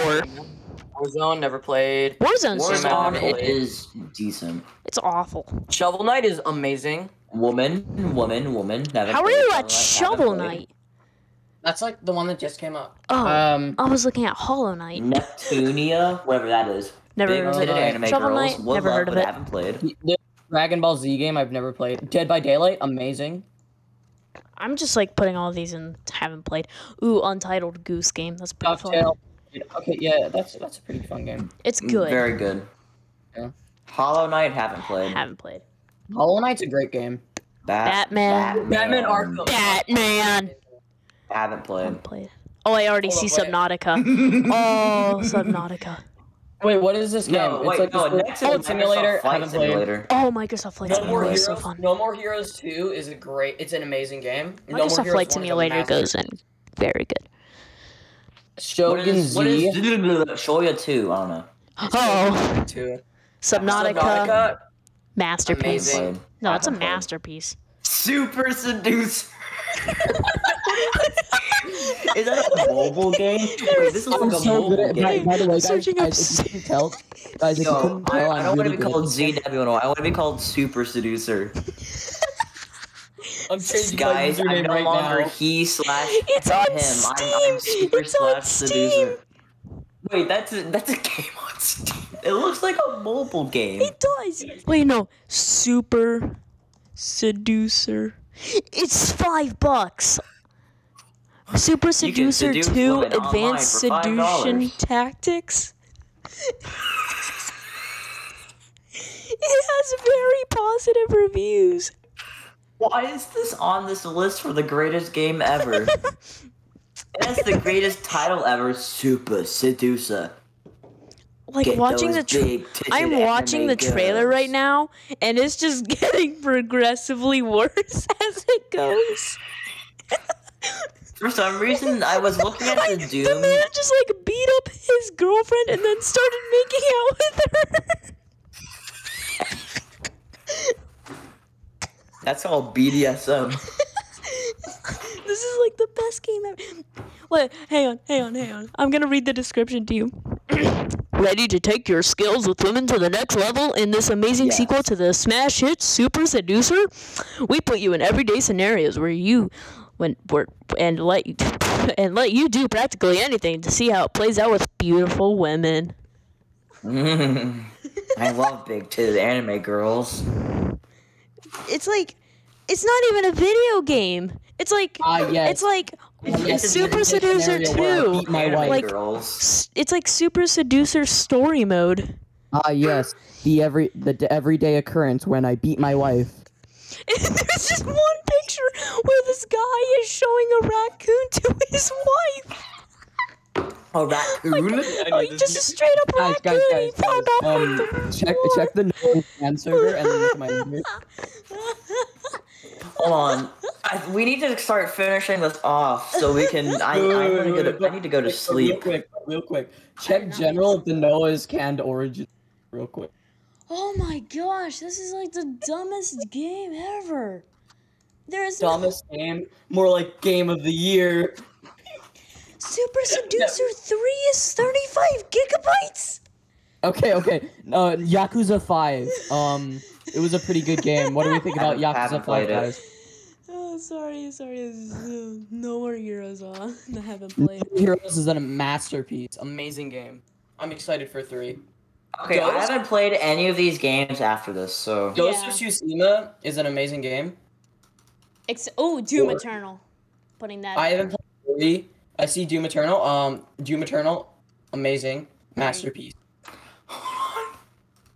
D: Warzone never played.
A: Warzone's just
D: Warzone.
A: awful.
E: It is decent.
A: It's awful.
D: Shovel Knight is amazing.
E: Woman, woman, woman. Never
A: How are
E: played.
A: you
E: Haven't
A: at Shovel Knight?
D: That's like the one that just came up.
A: Oh,
F: Um,
A: I was looking at Hollow Knight.
E: Neptunia, whatever that is.
A: Never
E: Big
A: heard of
E: titted
A: it.
E: anime
A: Shovel
E: girls.
A: Knight,
E: would
A: never
E: love,
A: heard of
E: but
A: it.
E: Haven't played.
F: the Dragon Ball Z game I've never played. Dead by Daylight, amazing.
A: I'm just like putting all these in. Haven't played. Ooh, Untitled Goose Game. That's pretty fun.
F: Dovetail. Okay, yeah, that's that's a pretty fun game.
A: It's good.
E: Mm, Very good.
F: Yeah.
E: Hollow Knight haven't played.
A: Haven't played.
F: Hollow Knight's a great game.
E: Bat-
A: Batman.
D: Batman Arkham.
A: Batman.
E: Haven't played.
A: Haven't played. Oh, I already see
D: Hold
A: Subnautica. oh, Subnautica.
F: Wait, what is this game?
E: No, wait,
F: it's like
E: no.
F: this
E: Next
F: little
E: is
F: boat
E: Microsoft
F: simulator.
E: Flight
F: Haven't played.
E: Simulator.
A: Oh, Microsoft Flight
D: No More
A: Simulator is
D: Heroes.
A: so fun.
D: No More Heroes Two is a great. It's an amazing game. No More
A: Microsoft
D: Heroes
A: Flight
D: 1 is a
A: Simulator
D: master-
A: goes in very good.
E: What
F: Shogun
E: is, what
F: Z.
E: is Shoya 2? I don't know.
A: Oh,
D: Two.
A: Subnautica,
D: Subnautica,
A: masterpiece.
D: amazing.
E: Played.
A: No, that's a
E: Haven't played.
A: masterpiece.
E: Super Seducer. is that a mobile game? Wait, this is like a mobile game.
F: the way,
A: Searching up
F: if you can tell, guys, if you
E: No,
F: couldn't
E: I,
F: tell,
E: I
F: I'm
E: don't want to
F: really
E: be
F: good.
E: called ZW1. I want to be called Super Seducer.
C: I'm changing my
E: Guys, I'm
C: username
E: no
C: right
E: longer
C: now.
E: he slash
A: It's on
E: him.
A: Steam.
E: I'm, I'm super
A: It's on
E: slash
A: Steam.
E: seducer. Wait, that's a, that's a game on Steam. It looks like a mobile game.
A: It does. Wait, no. Super Seducer. It's five bucks. Super
E: can
A: Seducer
E: seduce
A: 2
E: women online
A: Advanced
E: for $5.
A: Seduction Tactics. it has very positive reviews.
E: Why is this on this list for the greatest game ever? it has the greatest title ever, Super Seducer.
A: Like
E: Get
A: watching the
E: those
A: tra-
E: big-titted
A: I'm watching
E: anime
A: the trailer
E: girls.
A: right now and it's just getting progressively worse as it goes.
E: For some reason, I was looking at the
A: The
E: Doom.
A: man just like beat up his girlfriend and then started making out with her.
E: That's all BDSM.
A: This is like the best game ever. Wait, hang on, hang on, hang on. I'm gonna read the description to you. Ready to take your skills with women to the next level in this amazing
E: Yes.
A: sequel to the smash hit Super Seducer? We put you in everyday scenarios where you when where, and let you and let you do practically anything to see how it plays out with beautiful women.
E: I love big titted anime girls.
A: It's like it's not even a video game. It's like
F: Ah, yes.
A: it's like
F: Yes, it's
A: Super
F: a
A: Seducer
F: scenario where I
A: 2.
F: beat my
E: anime
F: wife.
A: Like-
E: girls.
A: s- it's like Super Seducer story mode.
C: Ah, yes, the every the d- everyday occurrence when I beat my wife.
A: There's just one picture where this guy is showing a raccoon to his wife.
E: A raccoon?
A: Oh, he just a straight up
C: Guys,
A: raccoon.
C: guys, guys,
A: he found
C: guys,
A: out what
C: um,
A: the
C: Check
A: floor.
C: check the no fan server and then look at my number.
E: Hold on. I, we need to start finishing this off so we can. I, I,
C: Wait,
E: wanna
C: wait,
E: go
C: wait,
E: to, I need to go to
C: Real
E: sleep.
C: quick, real quick. Check general the Noah's canned origin. Real quick.
A: Oh my gosh, this is like the dumbest game ever. There is no
C: Dumbest game, more like game of the year.
A: Super Seducer 3 is 35 gigabytes.
C: Okay, okay. Uh, Yakuza Five. Um, it was a pretty good game. What do we think about
E: Haven't- haven't
C: Yakuza Five,
E: played it.
C: guys?
A: Oh, sorry, sorry. this is, uh, No more Heroes on. I haven't played.
C: Heroes is a masterpiece. Amazing game. I'm excited for three.
E: Okay, I haven't played any of these games after this, so.
C: Ghost
A: Yeah.
C: of Tsushima is an amazing game.
A: Ex- oh, Doom
C: Or-
A: Eternal. Putting that.
C: I haven't played three. I see Doom Eternal. Um, Doom Eternal, amazing masterpiece.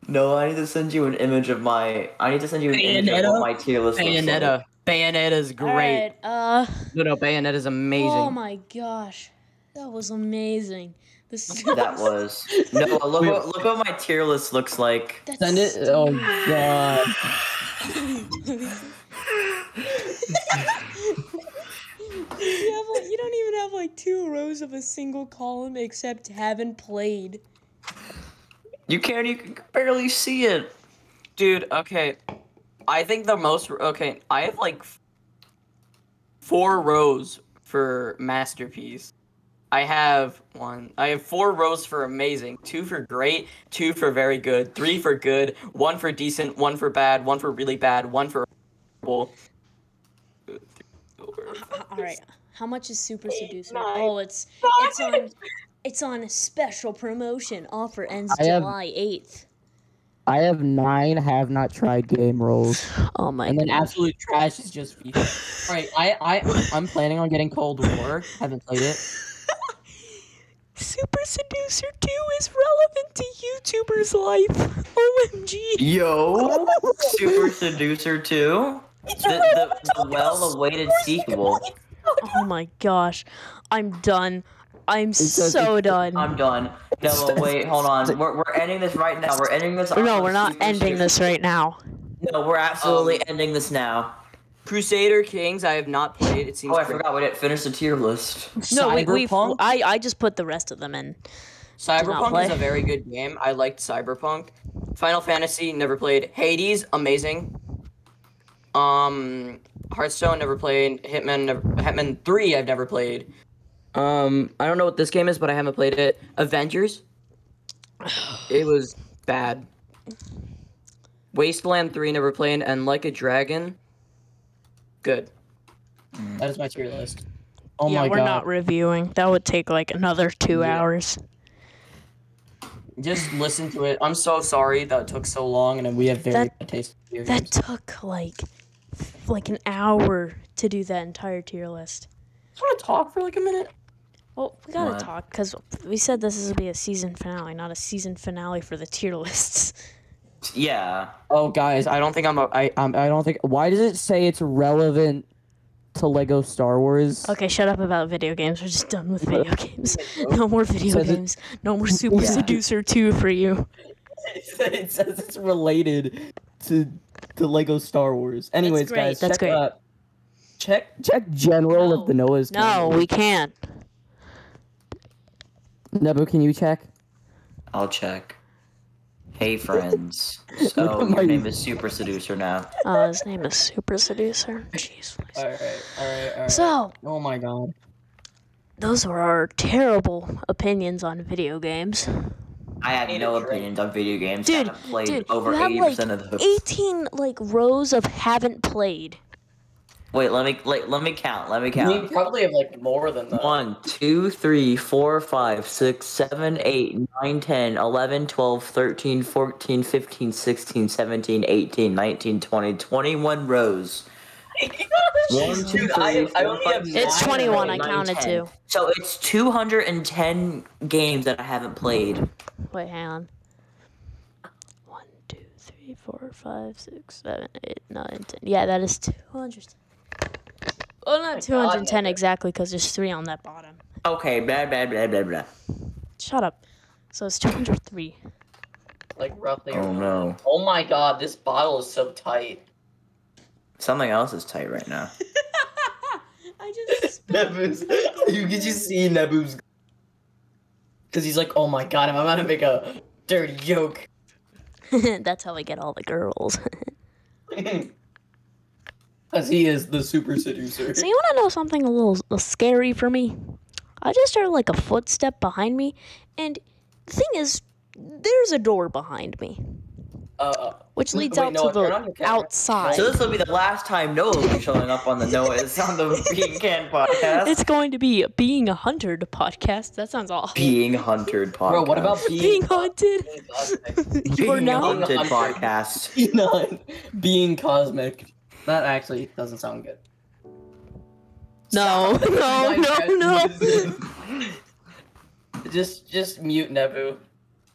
E: No, I need to send you an image of my. I need to send you an image of
C: Bayonetta?
E: what my tier list. looks like.
L: Bayonetta. Bayonetta's
A: All
L: great.
A: right, uh,
L: No, no, Bayonetta's amazing.
A: oh my gosh. That was amazing. This is
E: That was. No, look what, look what my tier list looks like.
A: That's
C: Send it. Oh god.
A: you, have like, you don't even have like two rows of a single column except haven't played.
E: You can't. You can barely see it.
M: Dude, okay. I think the most okay, I have like f- four rows for masterpiece. I have one. I have four rows for amazing, two for great, two for very good, three for good, one for decent, one for bad, one for really bad, one for horrible.
A: All right, how much is Super Seducer? Oh, it's it's on it's on a special promotion. Offer ends
C: I have-
A: July eighth.
C: I have nine have not tried game rolls.
A: Oh my
C: And then absolute trash is just FIFA. Alright, I, I I'm planning on getting Cold War. Haven't played it.
A: Super Seducer 2 is relevant to YouTuber's life. OMG.
E: Yo, Super Seducer Two. The, the, the well-awaited sequel.
A: Oh my gosh. I'm done. I'm
C: says
A: so done.
E: I'm done. No, wait, hold on. We're, we're ending this right now. We're ending this.
A: No, we're not
E: Super
A: ending
E: Seducer-
A: this Um, right now.
E: No, we're absolutely ending this now.
M: Crusader Kings, I have not played. It seems
E: Oh, I
M: great.
E: forgot we didn't finish the tier list.
A: No, we, we
C: Cyberpunk?
A: I I just put the rest of them in.
M: Cyberpunk is
A: play.
M: a very good game. I liked Cyberpunk. Final Fantasy never played. Hades amazing. Um, Hearthstone never played. Hitman never, Hitman Three I've never played. Um, I don't know what this game is, but I haven't played it. Avengers. It was bad. Wasteland Three never played, and Like a Dragon. Good.
C: That is my tier list. Oh
A: yeah,
C: my
A: we're
C: god.
A: not reviewing. That would take like another two hours.
M: Just listen to it.
C: I'm so sorry that it took so long and we have very
A: That-
C: good taste in video
A: That
C: games.
A: took like like an hour to do that entire tier list.
M: I want to talk for like a minute.
A: Well, we gotta
E: What?
A: talk because we said this would be a season finale, not a season finale for the tier lists.
E: Yeah.
C: Oh guys, I
M: I don't think I'm. A, I
C: I um, I don't think why does it say it's relevant to Lego Star Wars?
A: Okay, shut up about video games. We're just done with video games. No more video
C: Says it-
A: games. No more Super
C: Yeah.
A: Seducer 2 for you.
C: it says it's related to to Lego Star Wars. Anyways,
A: great,
C: guys,
A: that's
C: check,
A: great.
C: Uh, check check general
A: No.
C: of the Noah's.
A: No, we can't.
C: Nebu, can you check?
E: I'll check. Hey friends. So
C: at
E: your
C: my-
E: name is Super Seducer now.
A: Uh, his name is Super Seducer. Jeez.
C: All right, all right, all right.
A: So,
C: oh my god.
A: those were our terrible opinions on video games.
E: I have no opinions on video games.
A: Dude,
E: I have played
A: dude,
E: over
A: you have
E: eighty
A: like
E: percent of those.
A: 18 like rows of haven't played.
E: Wait, let me let, let me count. Let me
N: We
E: count.
N: probably have like more than that.
E: One, two, three, four, five, six, seven, eight, nine, ten, eleven, twelve, thirteen, fourteen, fifteen, sixteen, seventeen, eighteen, nineteen, twenty, twenty-one rows. One, two,
N: Dude, I-
E: three,
N: I
E: four,
N: only
E: five,
N: have
E: six,
A: It's
N: Nine
A: 21. I
E: seven, eight, nine,
A: counted
E: 10.
A: two.
E: So it's 210 games that I haven't played.
A: Wait, hang on. three, four, five, six, seven, eight, nine, ten. Yeah, that is 200. Well, Oh,
C: Oh
A: not 210 exactly, because there's three on that bottom.
B: Okay, blah, blah, blah, blah, blah.
A: Shut up. So it's 203.
C: Like roughly.
E: Oh no.
C: Oh my god, this bottle is so tight.
E: Something else is tight right now.
A: I just.
C: Nebu's. You could just see Nebu's. Because he's like, oh my god, I'm about to make a dirty joke.
A: That's how I get all the girls.
C: Because he is the super seducer.
A: So you want to know something a little, little scary for me? I just heard like a footstep behind me, and the thing is, there's a door behind me,
C: Uh,
A: which leads
C: wait,
A: out
C: Noah,
A: to
C: turn on your
A: the
C: camera.
A: outside.
B: So this will be the last time Noah will be showing up on the Noah is on the Being Can podcast.
A: It's going to be being a hunter podcast. That sounds awful.
E: Being hunted podcast.
F: Bro, what about being
A: Being hunted.
E: being
A: You're now.
E: hunted
C: Hunted.
E: podcast?
C: Nine being cosmic? That actually doesn't sound good.
A: No, no, no, no.
C: Just, just mute Nebu.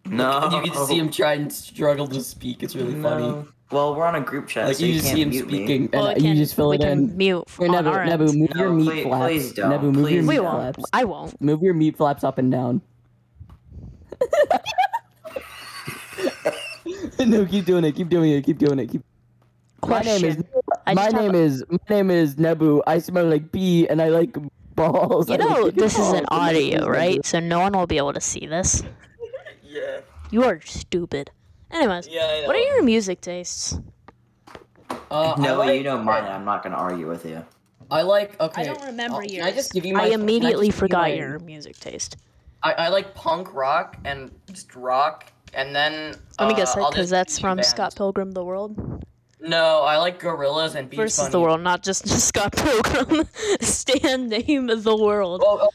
E: No.
C: You can just see him try and struggle to speak. It's really funny.
E: Oh. No. Well, we're on a group chat,
C: Like
E: so
C: you
E: you,
C: just
E: can't
C: see him
E: mute me.
C: speaking,
A: Well, we
F: and you
A: can-
F: just fill
A: we
F: it
A: can
F: in.
A: mute
F: Here,
A: on
F: Nebu,
A: our
F: Nebu,
A: end.
F: move
E: No,
F: your meat
E: please-
F: flaps.
E: please don't.
F: Nebu, move your
E: Please
A: We
F: meat
E: don't.
A: won't.
F: flaps.
A: I won't.
F: Move your meat flaps up and down. no, keep doing it. Keep doing it. Keep doing it. Keep. My name is.
A: Question. I
F: My
A: just have
F: name
A: a-
F: is. My name is Nebu. I smell like pee, and I like balls.
A: You
F: I like
A: know,
F: chicken
A: this is an
F: balls. My name
A: audio,
F: Nebu.
A: right? So no one will be able to see this.
C: Yeah.
A: You are stupid. Anyways,
C: Yeah, I
A: what are
C: know.
A: your music tastes?
C: Uh, I
E: No,
C: like,
E: you know mine. I'm not gonna argue with you.
C: I like. Okay.
A: I don't remember
C: uh,
A: yours.
C: Can I just give you my?
A: I
C: can
A: immediately
C: just give you
A: forgot
C: my-
A: your music taste.
C: I, I like punk rock and just rock, and then.
A: Let me
C: uh,
A: guess,
C: I'll
A: because
C: just
A: that's
C: do
A: from
C: bands.
A: Scott Pilgrim, The World
C: No, I like gorillas and Beach
A: versus
C: Bunny.
A: The World, not just Scott Pilgrim. Stand name The World.
C: Oh, oh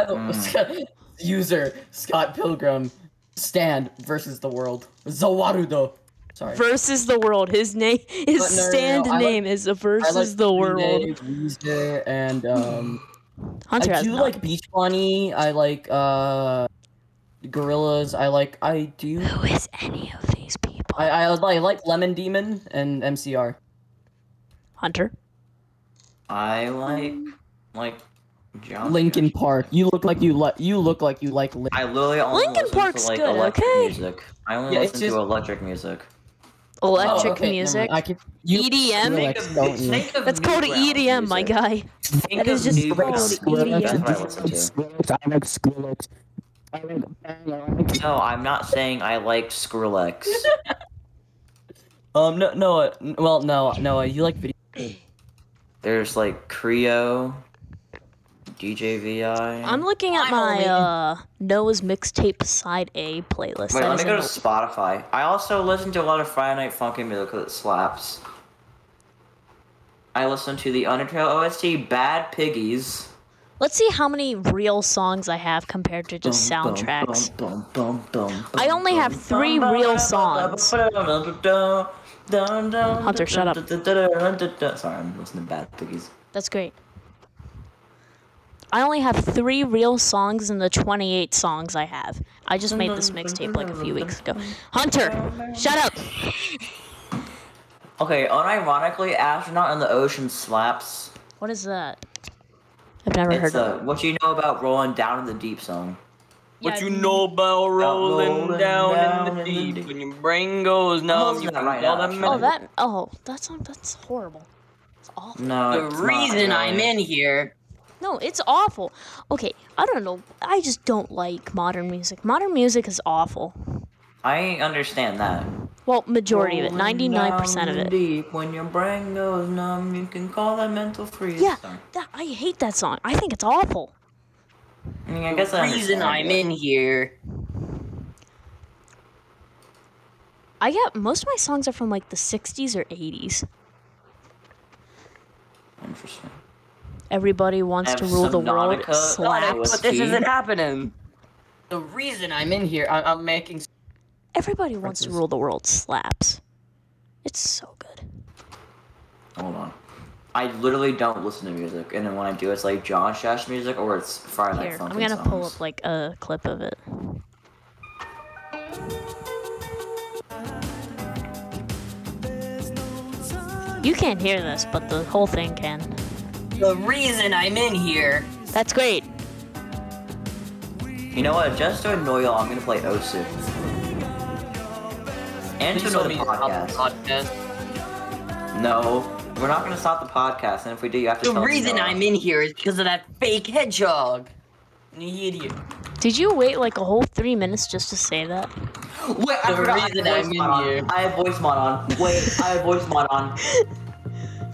C: I don't, user Scott Pilgrim, stand versus the world. Zawarudo. Sorry.
A: Versus the world. His name, his
C: But no, no, no,
A: stand
C: I like-
A: name is
C: I
A: versus
C: like
A: the
C: Green
A: world.
C: Day, Weezer, and um,
A: Hunter
C: I
A: has
C: do
A: no.
C: like Beach Bunny. I like uh, gorillas. I like I do.
A: Who is any of these people?
C: I, I I like Lemon Demon and MCR.
A: Hunter.
E: I like, like, John.
F: Lincoln Park. You look like you like. You look like you like. Lin-
E: I literally only
A: Linkin
E: listen
A: Park's
E: to like
A: good,
E: electric
A: okay?
E: music. I only
C: Yeah, it's
E: listen
C: just-
E: to electric music.
A: Electric
C: Oh, okay, never
A: music.
C: mind. I can, you
A: EDM?
F: Skrillex, don't you?
A: E That's called E EDM, my guy.
E: Think
A: That is
E: of
A: just
E: new
A: called
E: ground.
A: EDM.
E: That's what I listen to.
F: Skrillex, I like Skrillex. I like bang, I like-
E: No, I'm not saying I like Skrillex.
C: um no no well no no you like video.
E: There's like Creo, DJVI.
A: I'm looking at my
C: Finally.
A: uh, Noah's mixtape side A playlist.
E: Wait,
A: That
E: let me
A: is
E: go
A: in-
E: to Spotify. I also listen to a lot of Friday Night Funky music because it slaps. I listen to the Undertale OST, Bad Piggies.
A: Let's see how many real songs I have compared to just
E: Bum, bum,
A: soundtracks.
E: bum, bum, bum, bum,
A: I
E: bum,
A: only
E: bum,
A: have
E: bum,
A: three
E: bum,
A: real
E: bum,
A: songs.
E: bum, bum, bum, dum, dum,
A: Hunter, shut up.
E: dum, dum, dum, dum, dum. Sorry, I'm listening to Bad Piggies.
A: That's great. I only have three real songs in the 28 songs I have. I just made this mixtape like a few weeks ago. Hunter, shut up.
E: Okay, unironically, Astronaut in the Ocean slaps.
A: What is that? I've never
E: It's
A: heard of
E: a what you know about rolling down in the deep song.
D: What you know about rolling,
E: rolling
D: down,
E: down
D: in the deep
E: deep.
D: when your brain goes numb?
E: listening
D: You
E: to that
D: can
E: right
D: call
E: now,
D: them
E: actually.
A: Oh,
E: Right.
A: that. Oh, that song. That's horrible. It's awful.
E: No,
D: The
E: it's not
D: reason
E: really.
D: I'm in here.
A: No, it's awful. Okay, I don't know. I just don't like modern music. Modern music is awful.
E: I understand that.
A: Well, majority of it,
E: Rolling
A: ninety-nine percent of
E: down
A: it.
E: Deep. When your brain goes numb, you can call that mental freeze.
A: Yeah,
E: Sorry.
A: that, I hate that song. I think it's awful.
E: I mean, I guess I
D: Reason
E: understand
D: I'm
E: it.
D: in here.
A: I get most of my songs are from like the '60s or '80s.
E: Interesting.
A: Everybody wants
E: Have
A: to rule the world.
E: Subnautica,
A: Slap.
E: Aqua
D: But this
E: Teen.
D: isn't happening.
C: The reason I'm in here, I, I'm making
A: Everybody wants to rule the world. Slaps. It's so good.
E: Hold on. I literally don't listen to music, and then when I do, it's like John Shash music or it's Friday Night
A: Here, I'm
E: Funkin'
A: gonna pull
E: songs.
A: up like a clip of it. You can't hear this, but the whole thing can.
C: The reason I'm in here.
A: That's great.
E: You know what? Just to annoy y'all, I'm gonna play Osu. And to
O: Please
E: annoy
O: tell
E: the
O: me you stopped
E: podcast.
O: the podcast.
E: No, we're not gonna stop the podcast, and if we do, you have to.
C: The
E: tell me
C: reason
E: no.
C: I'm in here is because of that fake hedgehog. And he idiot.
A: Did you wait like a whole three minutes just to say that?
E: Wait, I
C: The
E: forgot I have
C: reason
E: voice
C: I'm in
E: mod on.
C: here.
E: I have voice mod on. Wait, I have voice mod on.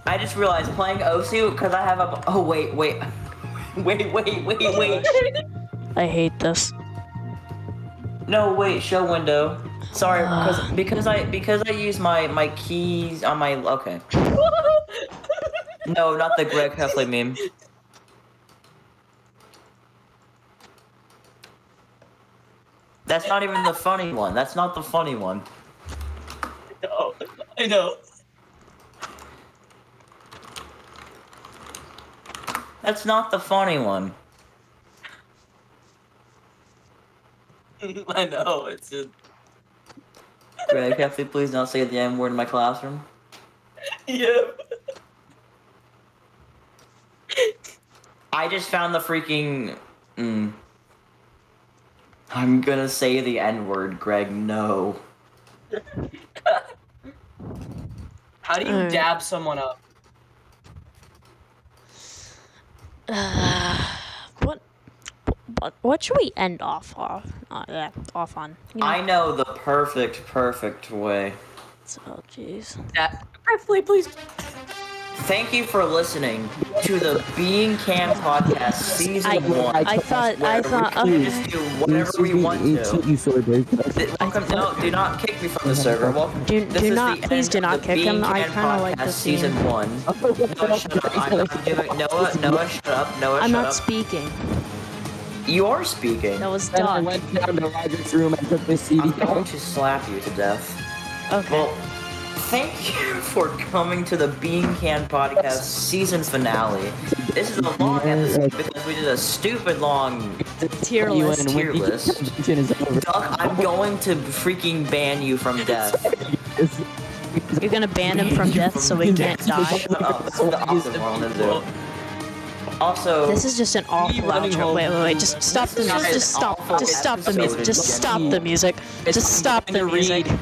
E: I just realized playing Osu because I have a. Oh wait, wait, wait, wait, wait, wait.
A: I hate this.
E: No, wait, show window. Sorry,
C: Ah.
E: because because I because I use my my keys on my okay. no, not the Greg Heffley meme. That's not even the funny one. That's not the funny one.
C: No, I know.
E: That's not the funny one.
C: I know. It's just.
E: Greg Heffley, please don't say the N word in my classroom.
C: Yeah.
E: I just found the freaking. Mm. I'm gonna say the N word, Greg. No.
C: How do you
A: Alright.
C: dab someone up?
A: What? What, what should we end off off? Uh, yeah, off on. You know,
E: I know the perfect, perfect way.
A: it's- oh jeez.
O: That- Presley, please.
E: Thank you for listening to the Being Cam podcast season
A: I,
E: one.
A: I thought I thought
E: we can
A: okay.
E: just do whatever we want to. Th- Welcome, no, do not kick me from the server. Welcome.
A: Do-
E: this
A: do
E: is
A: not-
E: the
A: please
E: end
A: do
E: of
A: not
E: the
A: kick
E: Being
A: him. I
E: Cam
A: kinda like Oh,
E: podcast
A: this
E: season
A: game.
E: one. Noah, shut up. I'm, I'm doing Noah. Noah, shut up. Noah,
A: I'm
E: shut
A: not
E: up.
A: speaking.
E: you are speaking.
A: That was
F: Then I
A: dog.
F: went down to Roger's room and took the CD
E: I'm
F: out.
E: going to slap you to death.
A: Okay.
E: Well, thank you for coming to the Bean Can Podcast season finale. This is a long episode because we did a stupid long
A: tier
F: You
A: list.
F: and
E: tier
F: when-
E: list.
F: Dungeon is over.
E: Duck, I'm going to freaking ban you from death.
F: It's-
A: You're gonna ban him from death so he can't die.
E: Shut up. This is the awesome world, isn't it? Also,
A: This is just an awful outro. Wait, wait, wait. Just stop the
O: is
A: music.
O: an
A: Just stop.
E: awful
A: Just stop the
E: episode
A: music.
E: of
A: Just
E: Gen
A: stop
F: Z.
A: the music.
O: It's
A: Just stop
O: time
A: the
O: to
A: music.
O: read.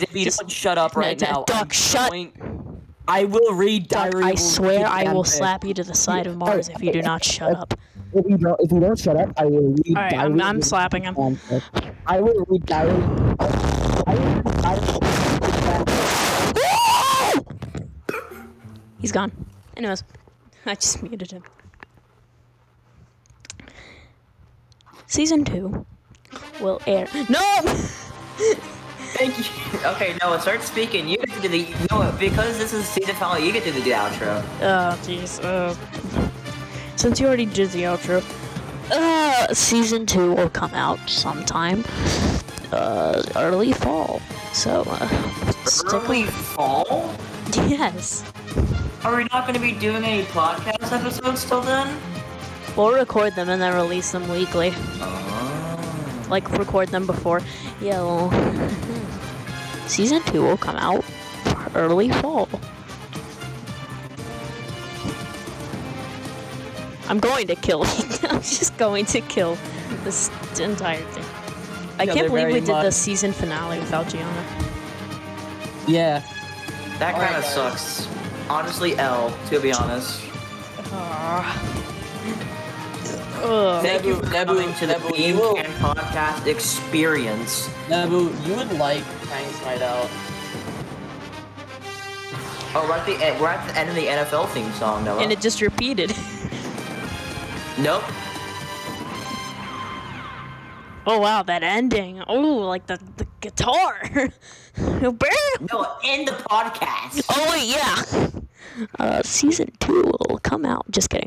O: If you
A: Just-
O: don't shut up right
A: no,
O: now,
A: Doc,
O: I'm
A: shut-
O: going- I will read
A: Doug,
O: diary.
A: I
O: will
A: swear
O: read
A: I will
O: fanfic.
A: slap you to the side of Mars if you do not shut up.
F: If you don't, if you don't shut up, I will read.
A: All right, I'm-
F: diary-
A: I'm slapping him.
F: fanfic. I will read diary. I will read diary-
A: He's gone. Anyways, I just muted him. Season two will air. No. Oh,
E: thank you. Okay, Noah, start speaking. You get to do the Noah because this is season finale. You get to do the outro.
A: Oh, jeez. Uh, since you already did the outro, uh, season two will come out sometime uh, early fall. So, uh, stick
E: Early fall?
A: with- yes.
E: Are we not going to be doing any podcast episodes till then?
A: We'll record them and then release them weekly.
E: Uh,
A: Like, record them before. Yeah, well. season 2 will come out early fall. I'm going to kill. I'm just going to kill this entire thing. I can't
F: Yeah, they're
A: believe we
F: very
A: did the
F: much-
A: season finale without Gianna.
F: Yeah.
E: That kind of sucks. Honestly, L, to be honest.
A: Ugh.
E: Thank you for
C: Nebu-
E: coming to the
C: Nebu,
E: Bean
C: you will-
E: Can Podcast experience.
C: Nabu, you would like Frank's night out.
E: Oh, we're at the end, we're at the end of the NFL theme song, Noah.
A: And it just repeated.
E: nope.
A: Oh wow, that ending. Oh, like the, the guitar. Bam!
E: Noah, end the podcast.
A: Oh wait, yeah. Uh, season two will come out. Just kidding.